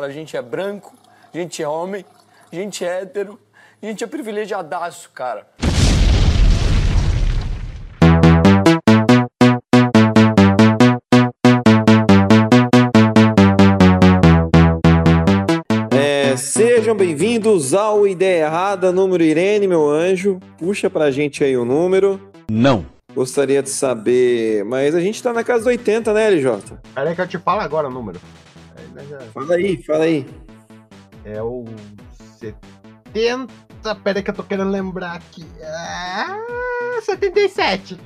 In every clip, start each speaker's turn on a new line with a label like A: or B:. A: A gente é branco, a gente é homem, a gente é hétero, a gente é privilegiadaço, cara.
B: É, sejam bem-vindos ao Ideia Errada, número Irene, meu anjo. Puxa pra gente aí o número.
C: Não.
B: Gostaria de saber, mas a gente tá na casa do 80, né, LJ?
D: Peraí que eu te falo agora o número. Aí, né, já-
B: Fala aí, fala aí.
D: É o 70. Peraí que eu tô querendo lembrar aqui. Ah, 77.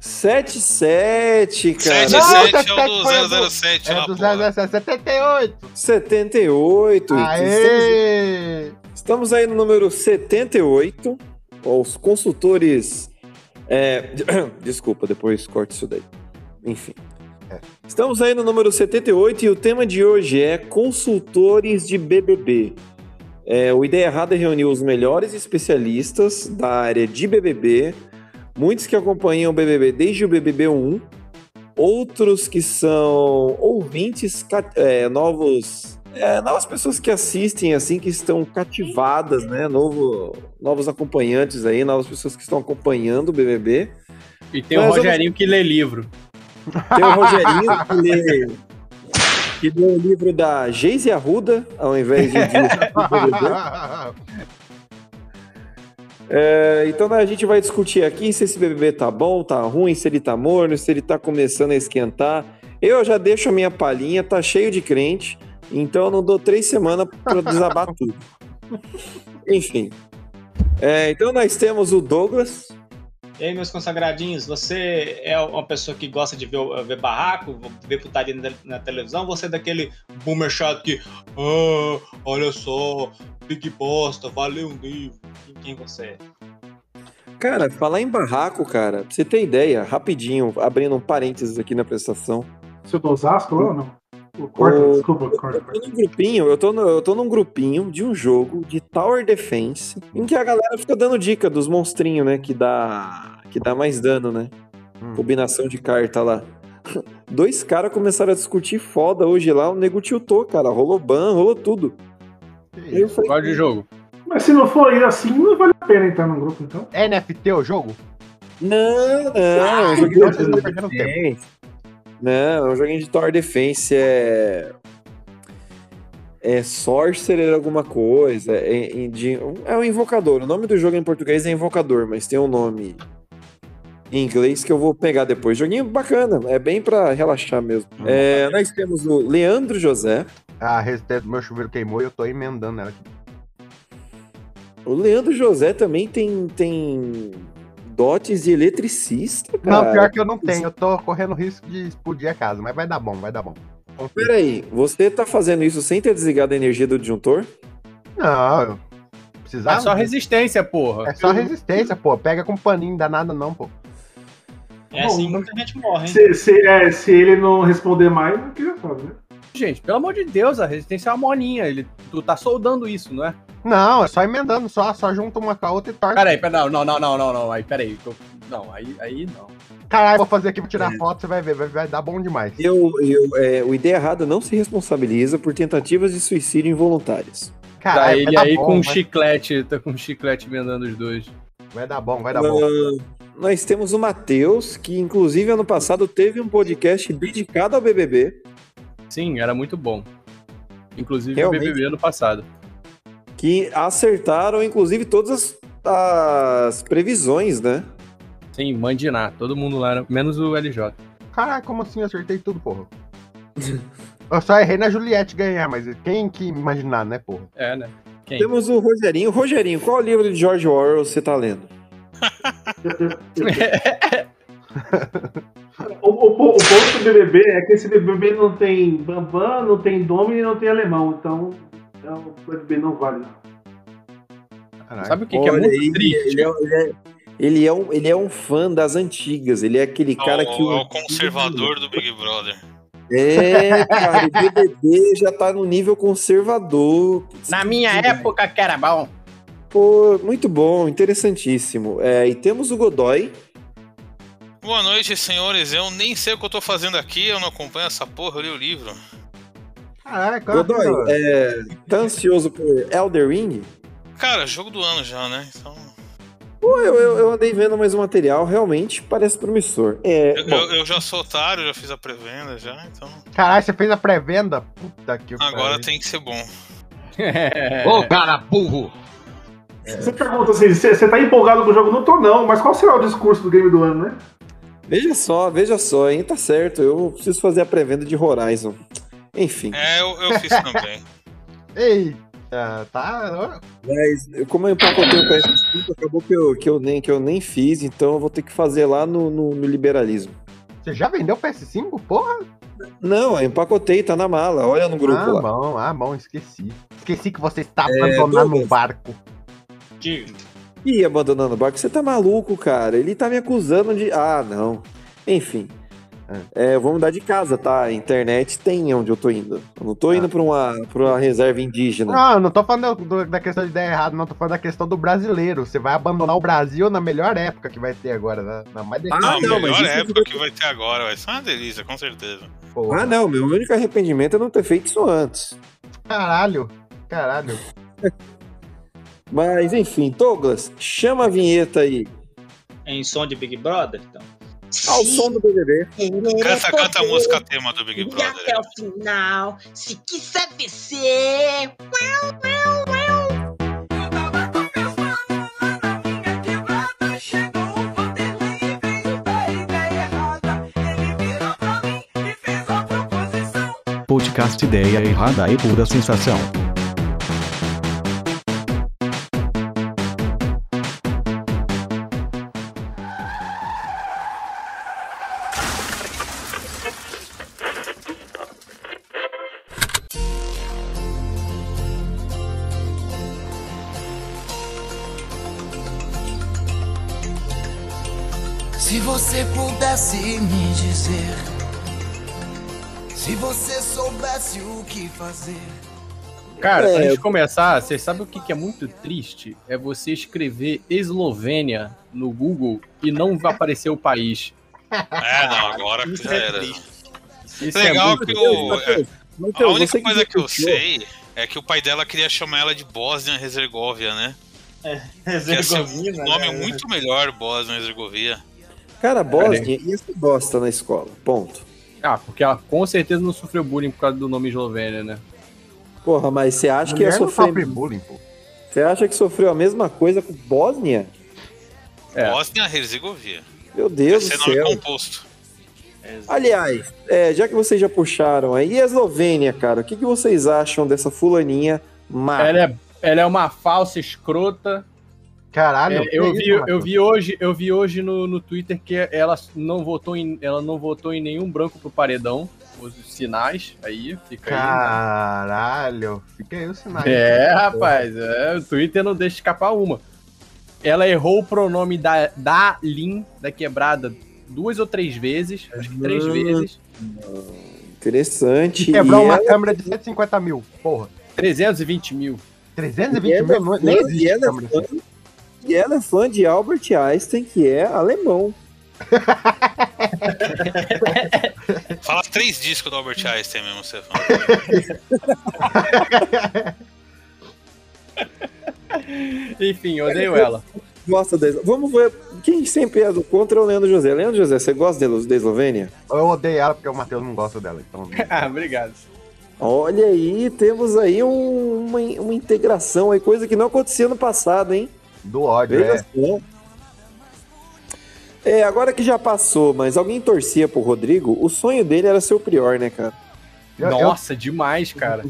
B: 77, cara.
E: 77
D: Não,
E: é
D: foi a
E: o
D: do-
E: do 007
D: É
E: lá,
D: do
E: porra.
D: 007, 78.
B: 78. Estamos,
D: Aê!
B: estamos aí no número 78. Ó, Os consultores. é, desculpa, depois corte isso daí. Enfim. Estamos aí no número 78 e o tema de hoje é consultores de BBB. É, o Ideia Errada reuniu os melhores especialistas da área de BBB, muitos que acompanham o BBB desde o BBB 1, outros que são ouvintes, ca- é, novos, é, novas pessoas que assistem, assim, que estão cativadas, né? Novo, novos acompanhantes aí, novas pessoas que estão acompanhando o BBB.
F: E tem o
B: Mas eu-
F: Rogerinho que lê livro.
B: Tem o Rogerinho que lê, que lê o livro da Geise Arruda, ao invés de. de é, então a gente vai discutir aqui se esse BBB tá bom, tá ruim, se ele tá morno, se ele tá começando a esquentar. Eu já deixo a minha palhinha, tá cheio de crente, então eu não dou três semanas pra desabar tudo. Enfim. É, então nós temos o Douglas.
G: E aí, meus consagradinhos, você é uma pessoa que gosta de ver, ver barraco, ver putaria na, na televisão? Você é daquele boomer chato que, ah, olha só, Big Bosta, valeu um livro. Quem, quem você é?
B: Cara, falar em barraco, cara, pra você ter ideia, rapidinho, abrindo um parênteses aqui na prestação.
H: Se eu dou Osasco lá ou não? O corta,
B: Ô,
H: desculpa, corta,
B: Eu tô
H: corta.
B: num grupinho, eu tô, no- eu tô num grupinho de um jogo de Tower Defense, em que a galera fica dando dica dos monstrinhos, né? Que dá, que dá mais dano, né? Combinação de carta lá. Dois caras começaram a discutir foda hoje lá, o nego tiltou, cara. Rolou ban, rolou tudo. Aí eu falei,
F: Gosto de jogo.
H: Mas se não for assim, não vale a pena entrar num grupo, então.
D: NFT o jogo?
B: não, não, Ah, eu joguei
D: Então vocês estão perdendo tempo.
B: Defense. Não, é um joguinho de Tower Defense é. É Sorcerer alguma coisa. É, é, de- é um invocador. O nome do jogo em português é invocador, mas tem um nome em inglês que eu vou pegar depois. Joguinho bacana, é bem pra relaxar mesmo. É, nós temos o Leandro José.
D: A resistência do Ah, é, meu chuveiro queimou e eu tô emendando ela aqui.
B: O Leandro José também tem, tem dotes de eletricista. Cara.
D: Não, pior que eu não tenho. Eu tô correndo risco de explodir a casa, mas vai dar bom, vai dar bom.
B: Peraí, você tá fazendo isso sem ter desligado a energia do disjuntor?
D: Não, eu
F: É
D: precisava.
F: só resistência, porra.
D: É só resistência, pô. Pega com paninho danado, não, pô.
G: É
H: Bom,
G: assim que
H: não-
G: muita gente morre, hein?
H: Se, se- é, se ele não responder mais, não queria falar, né?
F: Gente, pelo amor de Deus, a resistência é uma molinha. Ele, tu tá soldando isso, não é?
D: Não, é só emendando, só, só junta uma com a outra e torce.
F: Peraí, peraí, não, não, não, não, não, não. Aí, peraí. tô- Não, aí, aí não.
D: Caralho, vou fazer aqui, vou tirar foto, você vai ver, vai, vai dar bom demais.
B: Eu, eu, é, o Ideia Errada não se responsabiliza por tentativas de suicídio involuntárias.
F: Tá
D: Caralho, vai
F: ele
D: dar
F: aí
D: bom,
F: com um
D: vai,
F: chiclete, tá com um chiclete vendando os dois.
D: vai dar bom, vai dar bom.
B: Ah, Nós temos o Matheus, que inclusive ano passado teve um podcast dedicado ao BBB,
F: Sim, era muito bom. Inclusive
B: Realmente.
F: o BBB no passado.
B: que acertaram inclusive todas as, as previsões, né?
F: Sim, mandinar. Todo mundo lá, era- menos o LJ.
D: Caralho, como assim? Eu acertei tudo, porra. Eu só errei na Juliette ganhar, mas quem que imaginar, né, porra?
F: É, né? Quem?
B: Temos o Rogerinho. Rogerinho, qual é livro de George Orwell você tá lendo?
H: O, o, po- o ponto do BBB é que esse BBB não tem Bambam, não tem Domini e não tem Alemão, então é, o BBB não vale. não.
D: Caralho.
F: Sabe o que, que é
B: Olha,
F: muito
B: ele-
F: triste?
B: Ele é, ele é- ele é um, ele é um fã das antigas, ele é aquele cara
E: é o,
B: que.
E: é o conservador do Big Brother.
B: É, cara, o BBB já tá no nível conservador.
F: Na minha época que era bom.
B: Pô, muito bom, interessantíssimo. É, e temos o Godoy.
E: Boa noite, senhores. Eu nem sei o que eu tô fazendo aqui, eu não acompanho essa porra, eu li o livro.
D: Caraca, olha
B: Godoy,
D: aqui, ó.
B: é, tá ansioso por Elder Ring?
E: Cara, jogo do ano já, né? Então,
B: Pô, eu, eu, eu andei vendo mais um material, realmente parece promissor. É,
E: eu,
B: bom,
E: eu- eu já sou otário, já fiz a pré-venda já, então
D: Caralho, você fez a pré-venda? Puta que
E: agora tem que ser bom.
D: Ô, cara burro!
H: Você pergunta assim, você você tá empolgado com o jogo? Não tô não, mas qual será o discurso do game do ano, né?
B: veja só, veja só, hein? Tá certo, eu preciso fazer a pré-venda de Horizon. Enfim,
E: É, eu, eu fiz também.
D: Eita, tá.
B: mas como eu empacotei o PS5, acabou que eu, que, eu nem, que eu nem fiz, então eu vou ter que fazer lá no, no, no liberalismo.
D: Você já vendeu o PS5? Porra!
B: Não, eu empacotei, tá na mala, olha no grupo
D: ah,
B: lá.
D: bom, ah, bom, esqueci. Esqueci que você está abandonando um
B: Douglas.
D: barco.
G: De-
B: Ih, abandonando o barco, você tá maluco, cara. Ele tá me acusando de. Ah, não. Enfim. É, eu vou mudar de casa, tá? A internet tem onde eu tô indo. Eu não tô indo pra uma, pra uma reserva indígena.
D: Não, eu não tô falando do- da questão de ideia errada, não. Tô falando da questão do brasileiro. Você vai abandonar o Brasil na melhor época que vai ter agora, né? Na mais
B: Ah,
E: Não, a
B: não, mas
E: melhor
B: isso é
E: época
B: que-
E: que vai ter agora, vai ser uma delícia, com certeza.
B: Ah, não. Meu único arrependimento é não ter feito isso antes.
D: Caralho, caralho.
B: Mas, enfim, Douglas, chama a vinheta aí.
G: Em som de Big Brother, então.
B: Ao som do BBB.
E: Canta, canta tá a música tema do Big
C: E
E: Brother.
C: é até o final, se quiser vencer.
I: Podcast Ideia Errada e Pura Sensação.
J: Se você pudesse me dizer, se você soubesse o que fazer.
F: Cara,
B: É.
F: antes de começar, você sabe o que, que é muito triste? É você escrever Eslovênia no Google e não vai aparecer o país.
E: É, não, agora que já era.
F: Isso
E: Legal
F: é muito
E: que
F: triste.
E: o- é, a
B: Então,
E: única coisa que eu sei é que o pai dela queria chamar ela de Bósnia-Herzegovina, né?
K: É,
E: Que ia ser um
G: Herzegovina,
E: nome
G: né?
E: muito melhor, Bósnia-Herzegovina. É.
B: Cara, Bosnia ia ser bosta na escola. Ponto.
F: Ah, porque ela com certeza não sofreu bullying por causa do nome Eslovênia, né?
B: Porra, mas você acha que é ia
D: Mulher não sofre
B: sofrer.
D: bullying, pô.
B: Você acha que sofreu a mesma coisa com Bósnia?
F: É.
E: Bósnia-Herzegovina.
B: Meu
E: Ia
B: Deus
E: ser
B: do
E: nome
B: céu.
E: composto.
B: Aliás, é, já que vocês já puxaram aí, e a Eslovênia, cara, o que, que vocês acham dessa fulaninha má?
F: Ela é, ela é uma falsa escrota.
D: Caralho.
F: É, eu,
D: que
F: vi,
D: isso,
F: eu
D: Matheus?
F: vi hoje, eu vi hoje no, no Twitter que ela não votou em, ela não votou em nenhum branco pro paredão. Os sinais aí, fica aí.
D: Caralho, fica aí o sinal.
F: É, rapaz, é, o Twitter não deixa escapar uma. Ela errou o pronome da, da Lin, da quebrada, duas ou três vezes, acho que três
E: Uhum.
B: Hum.
F: vezes.
B: Interessante.
D: Quebrar
B: e
D: é uma
B: ela-
D: câmera de 150 mil, porra.
F: 320 mil.
D: 320
B: e ela é
D: mil? não-
B: fã-
D: Nem existe
B: e ela é
D: câmera.
B: fã- E ela é fã de Albert Einstein, que é alemão.
E: Fala três discos do Albert Einstein mesmo, Stefan.
F: Enfim, eu odeio ela.
B: Gosta da Eslo- Vamos ver. Quem sempre é do contra é o Leandro José. Leandro José, você gosta da Elo- da Eslovênia?
D: Eu odeio ela porque o Matheus não gosta dela, então.
F: ah, obrigado.
B: Olha aí, temos aí um- uma, in- uma integração aí, coisa que não acontecia no passado, hein?
D: Do ódio,
B: Veja
D: é.
B: só. É, agora que já passou, mas alguém torcia pro Rodrigo, o sonho dele era ser o Prior, né, cara?
D: Eu, eu,
F: Nossa, demais, cara.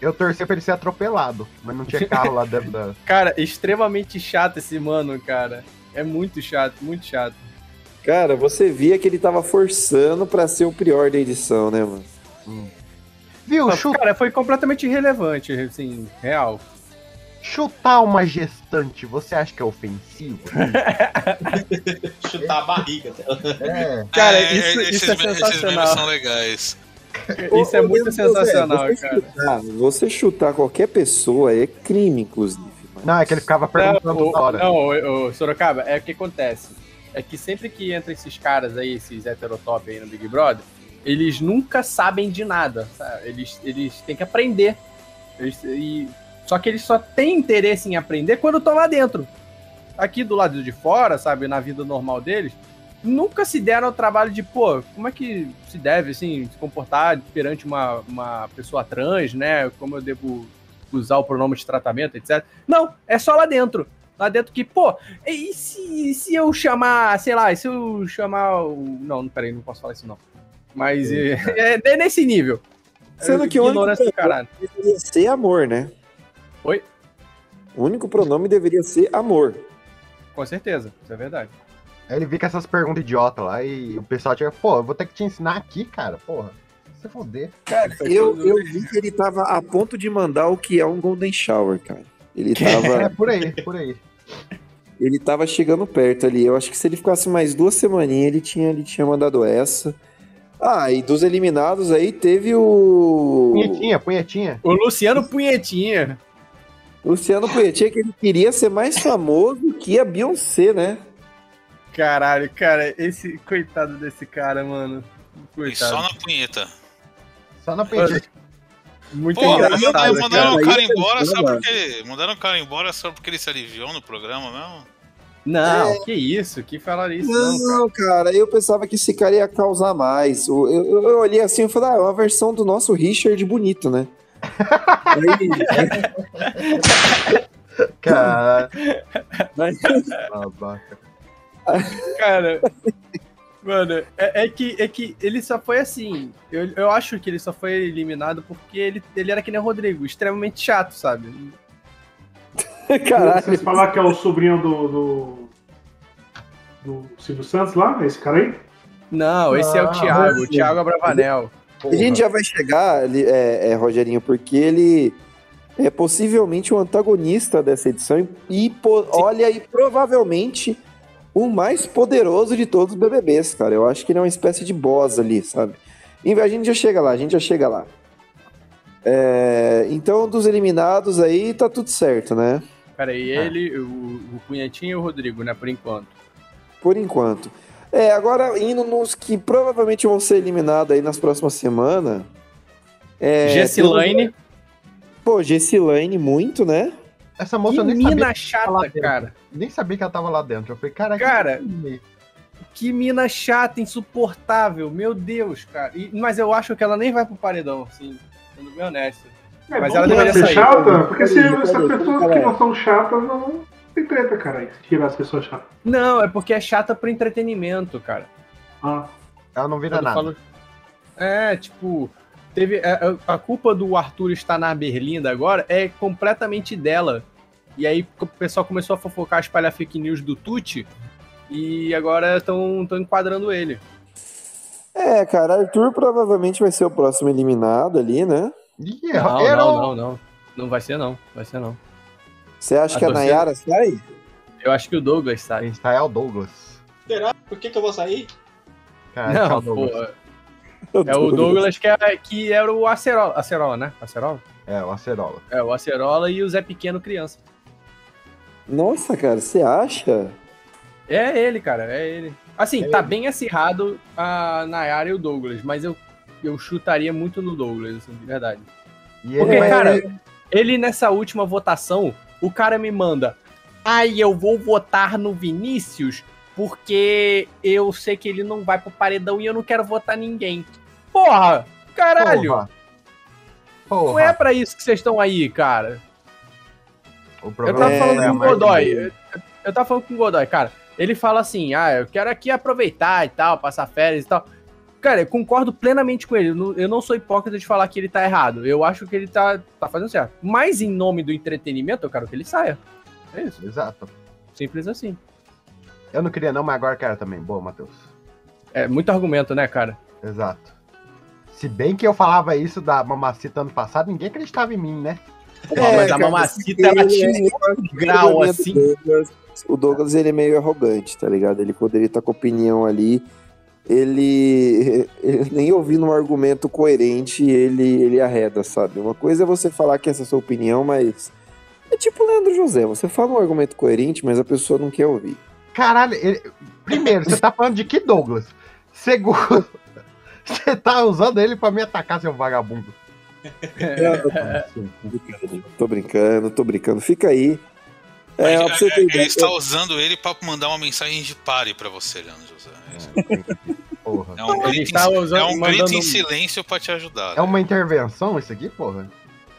D: eu torci pra ele ser atropelado, mas não tinha carro lá dentro da.
F: Cara, extremamente chato esse mano, cara. É muito chato, muito chato.
B: Cara, você via que ele tava forçando pra ser o Prior da edição, né, mano?
D: Viu? Chu-
F: Cara, foi completamente irrelevante, assim, real.
D: chutar uma gestante, você acha que é ofensivo?
G: Chutar a barriga. tá?
D: é.
F: Cara,
E: É,
F: isso-
E: esses
F: isso é
E: me- Esses memes
F: sensacional.
E: são legais.
F: Isso é
B: Ô, ô,
F: muito
B: Leandro José,
F: sensacional,
B: você
F: cara.
B: chutar- você chutar qualquer pessoa é crime, inclusive. mano.
D: Não, é que ele ficava perguntando
F: Não,
D: toda
F: o,
D: hora.
F: não o, o Sorocaba, é o que acontece. É que sempre que entra esses caras aí, esses heterotop aí no Big Brother, eles nunca sabem de nada. sabe? Eles, eles têm que aprender. Eles- e- só que eles só têm interesse em aprender quando estão lá dentro. Aqui do lado de fora, sabe, na vida normal deles, nunca se deram ao trabalho de, pô, como é que se deve, assim, se comportar perante uma, uma pessoa trans, né? Como eu devo usar o pronome de tratamento, etc. Não, é só lá dentro. Lá dentro que, pô, e se, e se eu chamar, sei lá, e se eu chamar o. Não, peraí, não posso falar isso não. Mas é, é nesse nível.
B: Sendo que o único
F: Ignorância do
B: pronome
F: caralho.
B: deveria ser amor, né?
F: Oi?
B: O único pronome deveria ser amor.
F: Com certeza, isso é verdade.
D: Aí ele fica essas perguntas idiota lá e o pessoal chega, pô, eu vou ter que te ensinar aqui, cara, porra. Se foder.
B: Cara, eu, eu vi que ele tava a ponto de mandar o que é um Golden Shower, cara. Ele
D: É
B: tava,
D: por aí, por aí.
B: ele tava chegando perto ali. Eu acho que se ele ficasse mais duas semaninhas, ele tinha, ele tinha mandado essa. Ah, e dos eliminados aí teve o.
D: Punhetinha, punhetinha.
F: O Luciano Punhetinha.
B: Luciano Poetinha, que ele queria ser mais famoso que a Beyoncé, né?
F: Caralho, cara, esse. Coitado desse cara, mano.
E: E só
F: Coitado.
E: na punheta.
D: Só na punhetinha.
F: Muito
E: Pô,
F: é engraçado.
E: mandaram,
F: um
E: mandaram o
B: cara.
E: cara
B: Aí é
E: embora, sabe
B: foda.
E: por quê? Mandaram o cara embora só porque ele se aliviou no programa mesmo?
F: Não, que isso, que falaram isso, não, cara.
B: Não, cara, eu pensava que esse cara ia causar mais. Eu, eu- eu olhei assim e falei, ah, é uma versão do nosso Richard bonito, né? Aí-
D: Cara,
B: aí-
D: babaca.
F: Cara, mano, é, é que, é que ele só foi assim. Eu, eu acho que ele só foi eliminado porque ele, ele era que nem o Rodrigo, extremamente chato, sabe?
B: Caralho,
H: Vocês falaram que é o sobrinho do. do. do Silvio Santos lá? Esse cara aí?
F: Não, esse é o
D: Ah,
F: Thiago, o
B: Rodrigo.
F: Thiago Abravanel.
B: a gente já vai chegar, ali, é, é, Rogerinho, porque ele é possivelmente o antagonista dessa edição e, po- olha, e provavelmente o mais poderoso de todos os BBBs, cara. Eu acho que ele é uma espécie de boss ali, sabe? E a gente já chega lá, a gente já chega lá. É, então, dos eliminados aí, tá tudo certo, né?
F: Cara, e ele, o, o Punhetinho e o Rodrigo, né, por enquanto.
B: Por enquanto. É, agora indo nos que provavelmente vão ser eliminados aí nas próximas semanas. É,
F: Gessilane,
B: temos- Pô, Gessilane, muito, né?
D: Essa
F: que
D: moça eu nem sabia,
F: mina chata,
D: falar
F: cara.
D: nem sabia que ela tava lá dentro. Eu falei, cara, que é
F: Cara,
D: filme.
F: Que mina chata, insuportável, meu Deus, cara. E- mas eu acho que ela nem vai pro paredão, assim, sendo bem honesto.
H: É,
F: Mas
H: bom
F: ela
H: que
F: deveria
H: ser
F: sair.
H: chata? Porque se
B: Peraí,
H: essas
B: peraí,
H: pessoas
B: peraí.
H: que não são chatas não tem treta, cara. Se tirar as pessoas chatas.
F: Não, é porque é chata pro entretenimento, cara.
H: Ah,
D: ela não vira
F: Quando
D: nada.
F: falo- É, tipo, teve a, a- a culpa do Arthur estar na Berlinda agora é completamente dela. E aí o pessoal começou a fofocar, espalhar fake news do Tuti e agora estão enquadrando ele.
B: É, cara, Arthur provavelmente vai ser o próximo eliminado ali, né?
D: Ih,
F: Não,
D: era
F: não,
D: um-
F: não, não. Não vai ser não, vai ser não.
B: Você acha
F: A
B: que a
F: torcida-
B: Nayara sai?
F: Eu acho que o Douglas tá sai.
D: Israel Douglas.
G: Será? Por que, que eu vou sair?
D: Cara,
F: Não,
D: Israel
F: pô,
D: Ah, tá Douglas.
F: é o Douglas que, é- que era o Acerola, Acerola, né? Acerola?
D: É, o Acerola.
F: É, o Acerola e o Zé Pequeno criança.
B: Nossa, cara, você acha?
F: É ele, cara, é ele. Assim, tá bem acirrado a Nayara e o Douglas, mas eu, eu chutaria muito no Douglas, assim, de verdade.
D: E
F: Porque,
D: ele vai
F: cara, ele nessa última votação, o cara me manda. Ai, eu vou votar no Vinícius porque eu sei que ele não vai pro paredão e eu não quero votar ninguém. Porra! Caralho!
D: Porra.
F: Não
D: Porra.
F: é pra isso que vocês estão aí, cara.
D: O
F: Eu
D: problema
F: tava
B: É,
F: falando
D: é a
F: com o
D: margem
F: Godoy.
D: dele.
F: Eu, eu tava falando com o Godoy, cara. Ele fala assim: ah, eu quero aqui aproveitar e tal, passar férias e tal. Cara, eu concordo plenamente com ele. Eu não, eu não sou hipócrita de falar que ele tá errado. Eu acho que ele tá, tá fazendo certo. Mas em nome do entretenimento, eu quero que ele saia. É isso.
D: Exato.
F: Simples assim.
D: Eu não queria não, mas agora quero também. Boa, Matheus.
F: É muito argumento, né, cara?
D: Exato. Se bem que eu falava isso da mamacita ano passado, ninguém acreditava em mim, né?
F: mas a mamacita, ela
B: É, ele-
F: tinha
B: ele-
F: um grau, assim.
B: Douglas- O Douglas, ele é meio arrogante, tá ligado? Ele poderia estar com opinião ali. Ele, ele nem ouvindo um argumento coerente, ele, ele arreda, sabe? Uma coisa é você falar que essa é a sua opinião, mas. É tipo o Leandro José, você fala um argumento coerente, mas a pessoa não quer ouvir.
D: Caralho, ele- primeiro, você tá falando de que Douglas? Segundo, Você tá usando ele pra me atacar, seu vagabundo.
B: Tô brincando, tô brincando. Fica aí.
E: Mas,
B: É, ó, pra você ter
E: ele
B: ideia.
E: está usando ele pra mandar uma mensagem de pare pra você, Leandro José. É isso.
D: Porra.
E: É um
F: Ele
E: grito,
F: está
E: em,
F: usando-
E: é um grito
F: mandando-
E: em silêncio pra te ajudar.
D: É uma intervenção isso aqui, porra?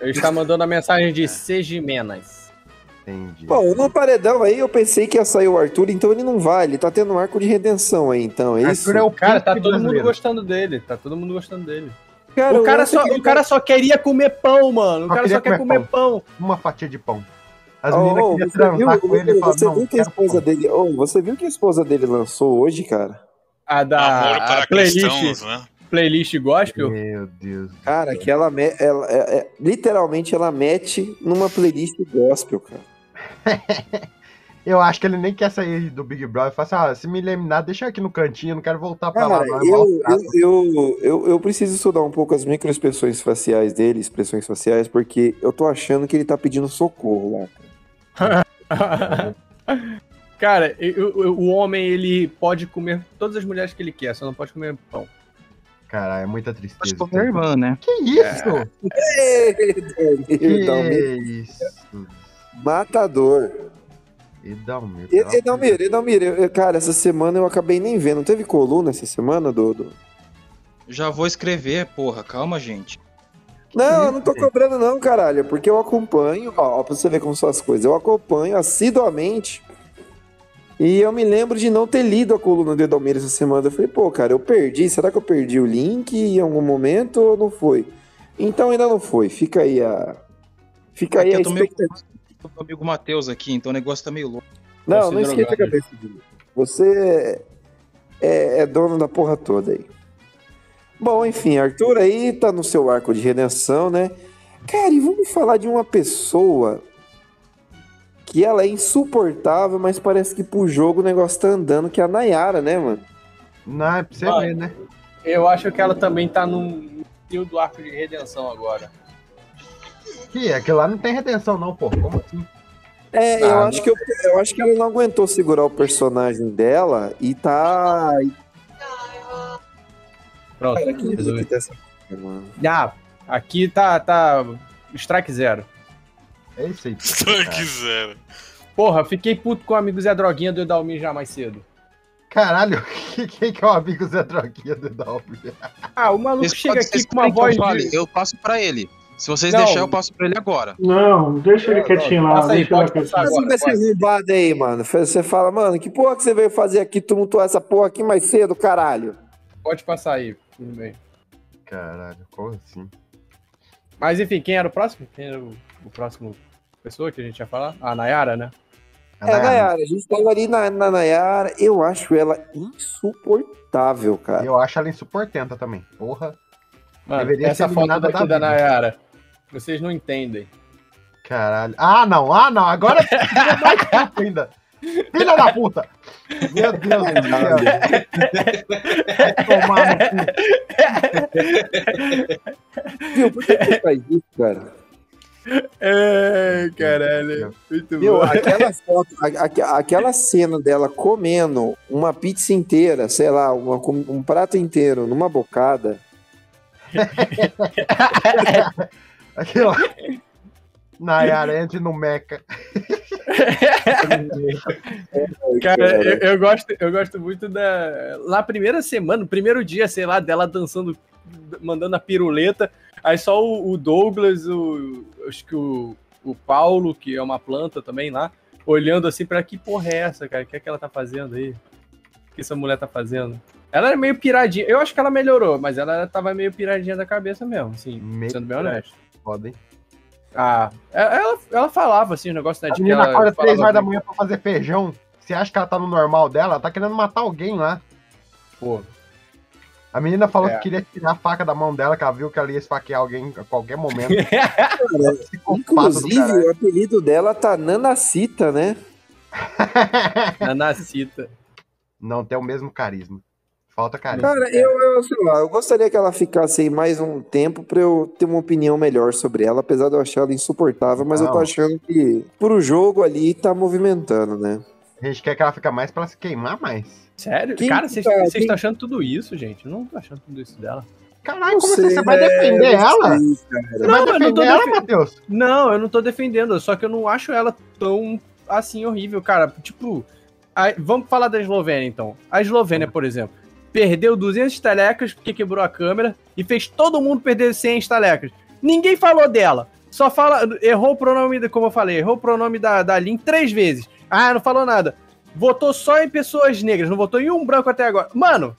F: Ele está mandando a mensagem de Sejimenas.
D: Entendi.
B: Bom, no paredão aí eu pensei que ia sair o Arthur, então ele não vai. Ele tá tendo um arco de redenção aí, então. É isso?
D: Arthur é o
F: Cara, tá
D: príncipe
F: todo mundo
D: brasileiro.
F: gostando dele. Tá todo mundo gostando dele.
B: Cara,
F: o, cara
B: eu acho
F: só,
B: que ele
F: o cara só queria comer pão, mano. O
D: Só
F: cara
D: queria
F: só quer
D: comer
F: comer pão.
D: Uma fatia de pão. As
B: Oh,
D: meninas
B: oh,
D: queriam
B: você viu,
D: transar com ele e
B: Lucas,
D: falaram,
B: você
D: não,
B: viu que a
D: quero
B: esposa
D: pão.
B: dele. Oh, você viu que a esposa dele lançou hoje, cara?
F: A
E: Namoro
F: da
E: para
F: a playlist,
E: cristãos, né?
F: playlist gospel.
D: Meu Deus. do
B: Cara,
D: céu.
B: que ela, me- ela- é- é- literalmente ela mete numa playlist gospel, cara.
D: Eu acho que ele nem quer sair do Big Brother. Fala assim, ah, se me eliminar, deixa aqui no cantinho, não quero voltar pra lá.
B: Cara,
D: não, é mau
B: eu,
D: trato.
B: eu, eu, eu, eu preciso estudar um pouco as microexpressões faciais dele, expressões faciais, porque eu tô achando que ele tá pedindo socorro lá.
F: Cara, eu- eu- o homem, ele pode comer todas as mulheres que ele quer, só não pode comer pão.
D: Cara, é muita tristeza.
K: Pode minha irmã, né?
D: Que
B: É.
D: isso?
B: Edalmir,
D: Que isso?
B: é um matador.
D: Edalmir.
B: E- um Edalmir, Edalmir, eu- eu- cara, essa semana eu acabei nem vendo. Não teve coluna essa semana, Dodo?
K: Já vou escrever, porra. Calma, gente.
B: Não, eu não tô cobrando não, caralho, porque eu acompanho, ó, ó, pra você ver como são as coisas, eu acompanho assiduamente e eu me lembro de não ter lido a coluna do Edomir essa semana. Eu falei, pô, cara, eu perdi, será que eu perdi o link em algum momento ou não foi? Então ainda não foi, fica aí a... Fica aí
K: Aqui
B: a
K: eu tô meio-
B: expectativa.
K: Tô com o amigo Matheus aqui, então o negócio tá meio louco.
B: Não,
F: Você é
B: não esquenta a
F: drogado.
B: cabeça. Dino. Você é, é dono da porra toda aí. Bom, enfim, Arthur aí tá no seu arco de redenção, né? Cara, e vamos falar de uma pessoa que ela é insuportável, mas parece que pro jogo o negócio tá andando, que é a Nayara, né, mano?
D: Não, é pra você
F: Vai.
D: ver, né?
F: Eu acho que ela também tá num fio do arco de redenção agora.
D: Que é, que lá não tem redenção não, pô. Como assim?
B: É, eu,
F: Ah,
B: acho que eu, eu acho que ela não aguentou segurar o personagem dela e tá.
F: Pronto,
B: Cara, que
F: resolvi.
B: que tá essa porra, mano.
F: Ah, aqui tá, tá strike zero.
D: É isso aí.
E: Se eu quiser.
F: Porra, fiquei puto com o amigo Zé Droguinha do Edalmin já mais cedo.
D: Caralho, quem que é o amigo Zé Droguinha do Edalmir?
F: Ah, o maluco
K: Vocês
F: chega
K: podem- então,
F: aqui
K: vocês
F: com uma
K: querem que eu
F: voz
K: fale?
F: de...
K: um Eu passo pra ele. Se vocês
F: Não.
K: deixarem, eu passo pra ele agora.
H: Não, deixa ele
F: Não,
H: quietinho
F: não,
H: lá.
F: passa aí,
H: deixa ele
F: pode
H: quietinho.
F: passar agora.
B: Assim vai ser roubado aí, mano. Você fala, mano, que porra que você veio fazer aqui, tumultuar essa porra aqui mais cedo, caralho?
F: Pode passar aí, tudo bem.
D: Caralho, como assim?
F: Mas enfim, quem era o próximo? Quem era o, o próximo pessoa que a gente ia falar? A Nayara, né?
B: É, Nayara. a gente tava ali na, na Nayara, eu acho ela insuportável, cara.
D: Eu acho ela insuportenta também. Porra.
F: Mano,
D: Deveria
F: essa
D: ser
F: foto
D: eliminada
F: daqui
D: da
F: da,
D: vida.
F: Nayara. Vocês não entendem.
D: Caralho. Ah, não, ah, não. Agora é filha da puta ainda. Filha da puta! Meu Deus do céu. Vai tomar no cu.
B: Viu? Por que você faz isso, cara?
F: É, caralho. Muito
B: Viu? Aquela foto, a- a- aquela cena dela comendo uma pizza inteira, sei lá, uma- um prato inteiro numa bocada.
D: Aqui, ó. Nayara, entre no Meca.
F: Cara, eu, eu gosto, eu gosto muito da. Lá, primeira semana, no primeiro dia, sei lá, dela dançando, mandando a piruleta. Aí só o, o Douglas, o, acho que o, o Paulo, que é uma planta também lá, olhando assim pra que porra é essa, cara? O que é que ela tá fazendo aí? O que essa mulher tá fazendo? Ela era meio piradinha. Eu acho que ela melhorou, mas ela tava meio piradinha da cabeça mesmo, assim,
D: Meio
F: sendo bem honesto.
D: é Foda, hein?
F: Ah, ela, ela falava assim, o negócio né,
D: A
F: de que
D: menina
F: ela
D: acorda 3
F: falava
D: horas da
F: muito,
D: manhã pra fazer feijão. Você acha que ela tá no normal dela? Ela tá querendo matar alguém lá.
F: pô,
D: A menina falou
F: É.
D: que queria tirar a faca da mão dela, que ela viu que ela ia esfaquear alguém a qualquer momento.
B: Cara,
D: Psicopata do
B: inclusive,
D: caralho.
B: o apelido dela tá Nanacita, né?
F: na Nacita.
D: Não tem o mesmo carisma. Falta carisma.
B: Cara, eu, eu, sei lá, eu gostaria que ela ficasse aí mais um tempo pra eu ter uma opinião melhor sobre ela, apesar de eu achar ela insuportável, mas eu tô
D: Não.
B: achando que pro jogo ali tá movimentando, né?
D: A gente quer que ela fique mais pra ela se queimar mais.
F: Sério?
D: Quem
F: Cara,
D: que
F: vocês
D: tá-
F: vocês
D: quem-
F: estão achando tudo isso, gente? Eu não tô achando tudo isso dela.
D: Caralho, como assim? Você vai defender
B: Ah,
D: ela? Você vai defender ela, Matheus?
F: Não, eu não tô defendendo, só que eu não acho ela tão assim horrível, cara. Tipo, a- vamos falar da Eslovênia então. A Eslovênia, por exemplo, perdeu 200 telecas porque quebrou a câmera e fez todo mundo perder 100 telecas. Ninguém falou dela. Só fala, errou o pronome, da- como eu falei, errou o pronome da, da Lin três vezes. Ah, não falou nada. Votou só em pessoas negras, não votou em um branco até agora. Mano,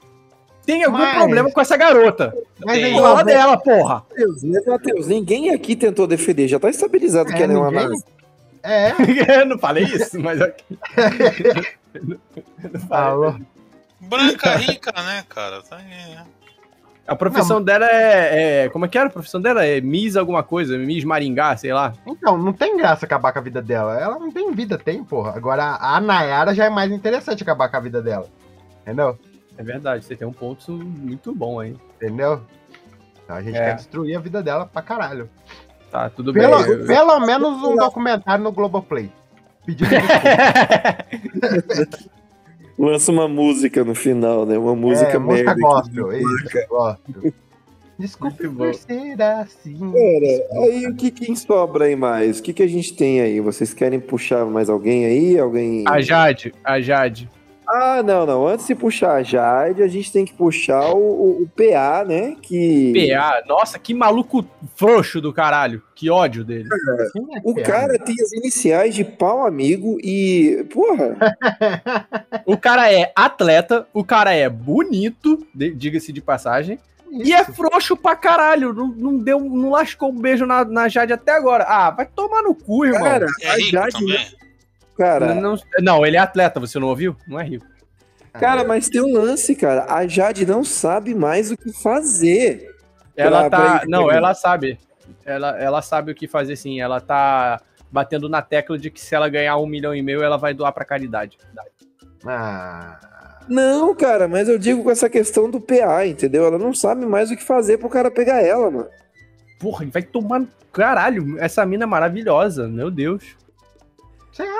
F: tem algum
L: Mas-
F: problema com essa garota.
L: Mas
F: Tem.
D: é
L: aí,
F: Fala
L: Matheus,
F: dela, porra.
B: Matheus, mas, Matheus, ninguém aqui tentou defender, já tá estabilizado que ela é uma
F: ninguém?
B: nazi.
F: É. eu não falei isso, mas ok.
D: Falou.
E: Branca rica, né, cara? Tá aí.
F: A profissão dela é, é- Como é que era a profissão dela? É Miss alguma coisa, Miss Maringá, sei lá.
D: Então, não tem graça acabar com a vida dela. Ela não tem vida, tem, porra. Agora, a Nayara já é mais interessante acabar com a vida dela. Entendeu?
F: É verdade, você tem um ponto muito bom aí.
D: Entendeu? Então, a gente
F: É.
D: quer destruir a vida dela pra caralho.
F: Tá, tudo
D: Pelo,
F: bem. eu-
D: pelo menos um documentário no Globoplay. É, Pedindo
B: Lança uma música no final, né? Uma música
D: é,
B: merda.
D: música
B: que
D: gospel, é
B: marca.
D: isso, gospel. Desculpe
B: bom.
D: por ser assim.
B: Cara, aí o que, quem sobra aí mais? O que, que a gente tem aí? Vocês querem puxar mais alguém aí? Alguém.
F: A Jade, a Jade.
B: Ah, não, não. Antes de puxar a Jade, a gente tem que puxar o, o- o PA, né? Que.
F: PA, nossa, que maluco frouxo do caralho. Que ódio dele.
B: O cara tem as iniciais de pau amigo e. Porra!
F: O cara é atleta, o cara é bonito, de- diga-se de passagem, e é frouxo pra caralho. Não, não deu, não lascou um beijo na, na Jade até agora. Ah, vai tomar no cu, irmão.
B: Cara,
E: É
B: a Jade. Cara,
F: Não, não, ele é atleta, você não ouviu? Não é rico.
B: cara, mas tem um lance, cara. A Jade não sabe mais o que fazer. pra-
F: Ela
B: pra
F: tá.
B: ir-
F: Não, ela sabe. Ela, ela sabe o que fazer sim. Ela tá batendo na tecla de que se ela ganhar um milhão e meio, ela vai doar pra caridade.
D: Ah.
B: Não, cara, mas eu digo com essa questão do PA, entendeu? Ela não sabe mais o que fazer pro cara pegar ela, mano.
F: Porra, ele vai tomar. no- Caralho, essa mina é maravilhosa, meu Deus.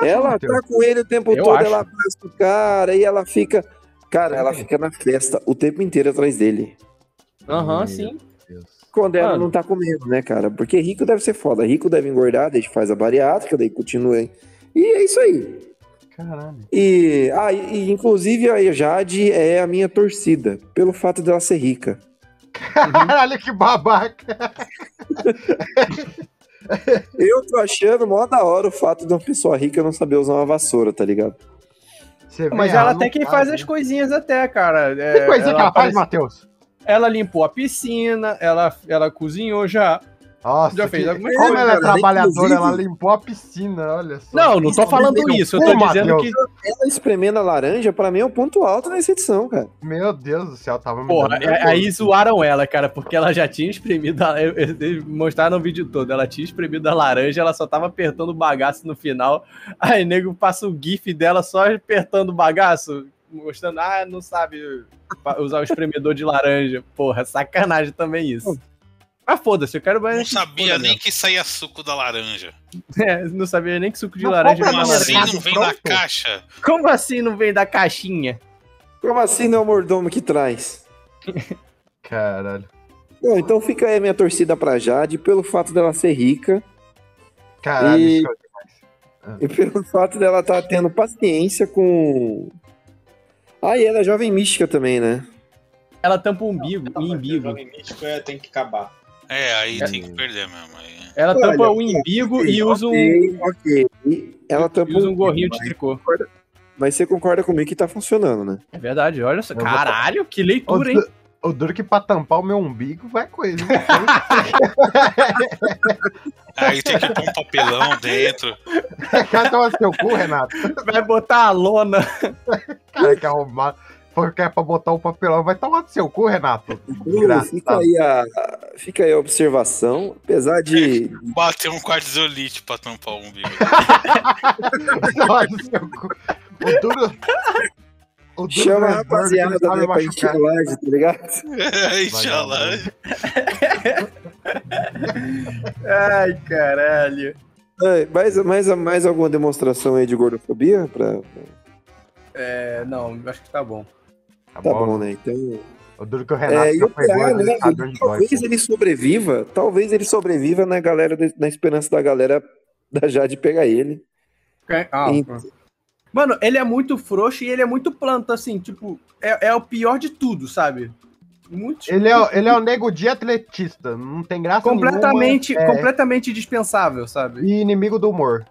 B: ela tá com ele o tempo
F: Eu
B: todo,
F: acho. É.
B: ela abraça o cara e ela fica. Cara, ela fica na festa o tempo inteiro atrás dele.
F: Aham,
D: Uhum.
F: sim.
B: Quando ela
F: Mano.
B: não tá comendo, né, cara? Porque rico deve ser foda. Rico deve engordar, daí faz a bariátrica, daí continua. hein? E é isso aí.
D: Caralho.
B: E, ah, e, e, inclusive a Jade é a minha torcida, pelo fato dela ser rica.
D: Caralho, que babaca.
B: Eu tô achando mó da hora o fato de uma pessoa rica não saber usar uma vassoura, tá ligado?
F: Mas ela até que faz as coisinhas até, cara. É,
D: Que coisinha né? que ela faz,
F: aparece-
D: Matheus?
F: Ela limpou a piscina, ela, ela cozinhou já.
D: Nossa,
F: já fez
D: que-
F: alguma
D: como
F: coisa.
D: ela é trabalhadora, ela
F: Inclusive-
D: limpou a piscina, olha só.
F: Não, não tô falando isso, eu tô dizendo que.
B: Ela espremendo a laranja, pra mim, é o ponto alto nessa edição, cara.
D: Meu Deus do céu, tava me
F: Porra,
D: dando-
E: é
F: a- aí zoaram ela, cara, porque ela já tinha espremido. A, eu- eu- eles mostraram o vídeo todo. Ela tinha espremido a laranja, ela só tava apertando o bagaço no final. Aí nego passa o GIF dela só apertando o bagaço, mostrando, ah, não sabe pa- usar o espremedor de laranja. Porra, sacanagem também isso. Ah, foda-se, eu quero mais.
E: Não sabia nem que saía suco da laranja.
F: É, não sabia nem que suco de
E: Não
F: laranja
E: compra no
F: era
E: mercado
F: laranja.
E: Assim não vem na pronto? caixa.
F: Como assim não vem da caixinha?
B: Como assim não é o mordomo que traz?
D: Caralho.
B: Não, então fica aí a minha torcida pra Jade, pelo fato dela ser rica.
D: Caralho,
B: e,
D: isso é
B: e pelo fato dela tá tendo paciência com. Ah, e ela é jovem mística também, né?
F: Ela tampa o umbigo, o umbigo.
G: Tipo, é, tem que acabar.
E: É, aí tem que perder mesmo. Aí.
F: Ela
B: Olha,
F: tampa o umbigo e usa um.
B: ok, Ok. Ela tampa
F: usa um gorrinho de
B: mas-
F: tricô.
B: Mas você concorda comigo que tá funcionando, né?
F: É verdade, olha só.
D: vou-
F: Caralho, que leitura,
D: O
F: hein?
D: du- O duro que pra tampar o meu umbigo vai coisa. hein?
E: Aí tem que pôr um papelão dentro.
D: é Vai tomar seu cu, Renato.
F: Vai botar a lona.
D: Cara, que arrumado. Foi que é pra botar o papelão. Vai tomar do seu cu, Renato.
B: Bruno, Então, fica aí, a, fica aí a observação. Apesar de.
E: Bater um quartzolite pra tampar o umbigo.
D: Olha o seu cu. O duro. O duro
B: Chama
D: do
B: a
D: Renato,
B: rapaziada
D: ele sabe
B: também pra encher a
D: machucar.
B: laje, tá ligado?
E: Inshallah.
F: Ai, caralho.
B: É, mais, mais, mais alguma demonstração aí de gordofobia? Pra...
F: É, não, acho que tá bom.
B: Tá bom, né? Então.
D: O duro que o Renato
B: e
D: já
B: o
D: pegou
B: Piá,
D: a
B: né,
D: Libertadores de
B: Talvez
D: nós, pô.
B: ele sobreviva, talvez ele sobreviva na galera, na esperança da galera da Jade pegar ele.
F: É, ah,
B: Ent-
F: Mano, ele é muito frouxo e ele é muito planta, assim, tipo, é, é o pior de tudo, sabe? Muito
D: Ele é, o- ele é o nego de atletista, não tem graça
F: completamente,
D: nenhuma. é,
F: completamente dispensável, sabe?
D: E inimigo do humor.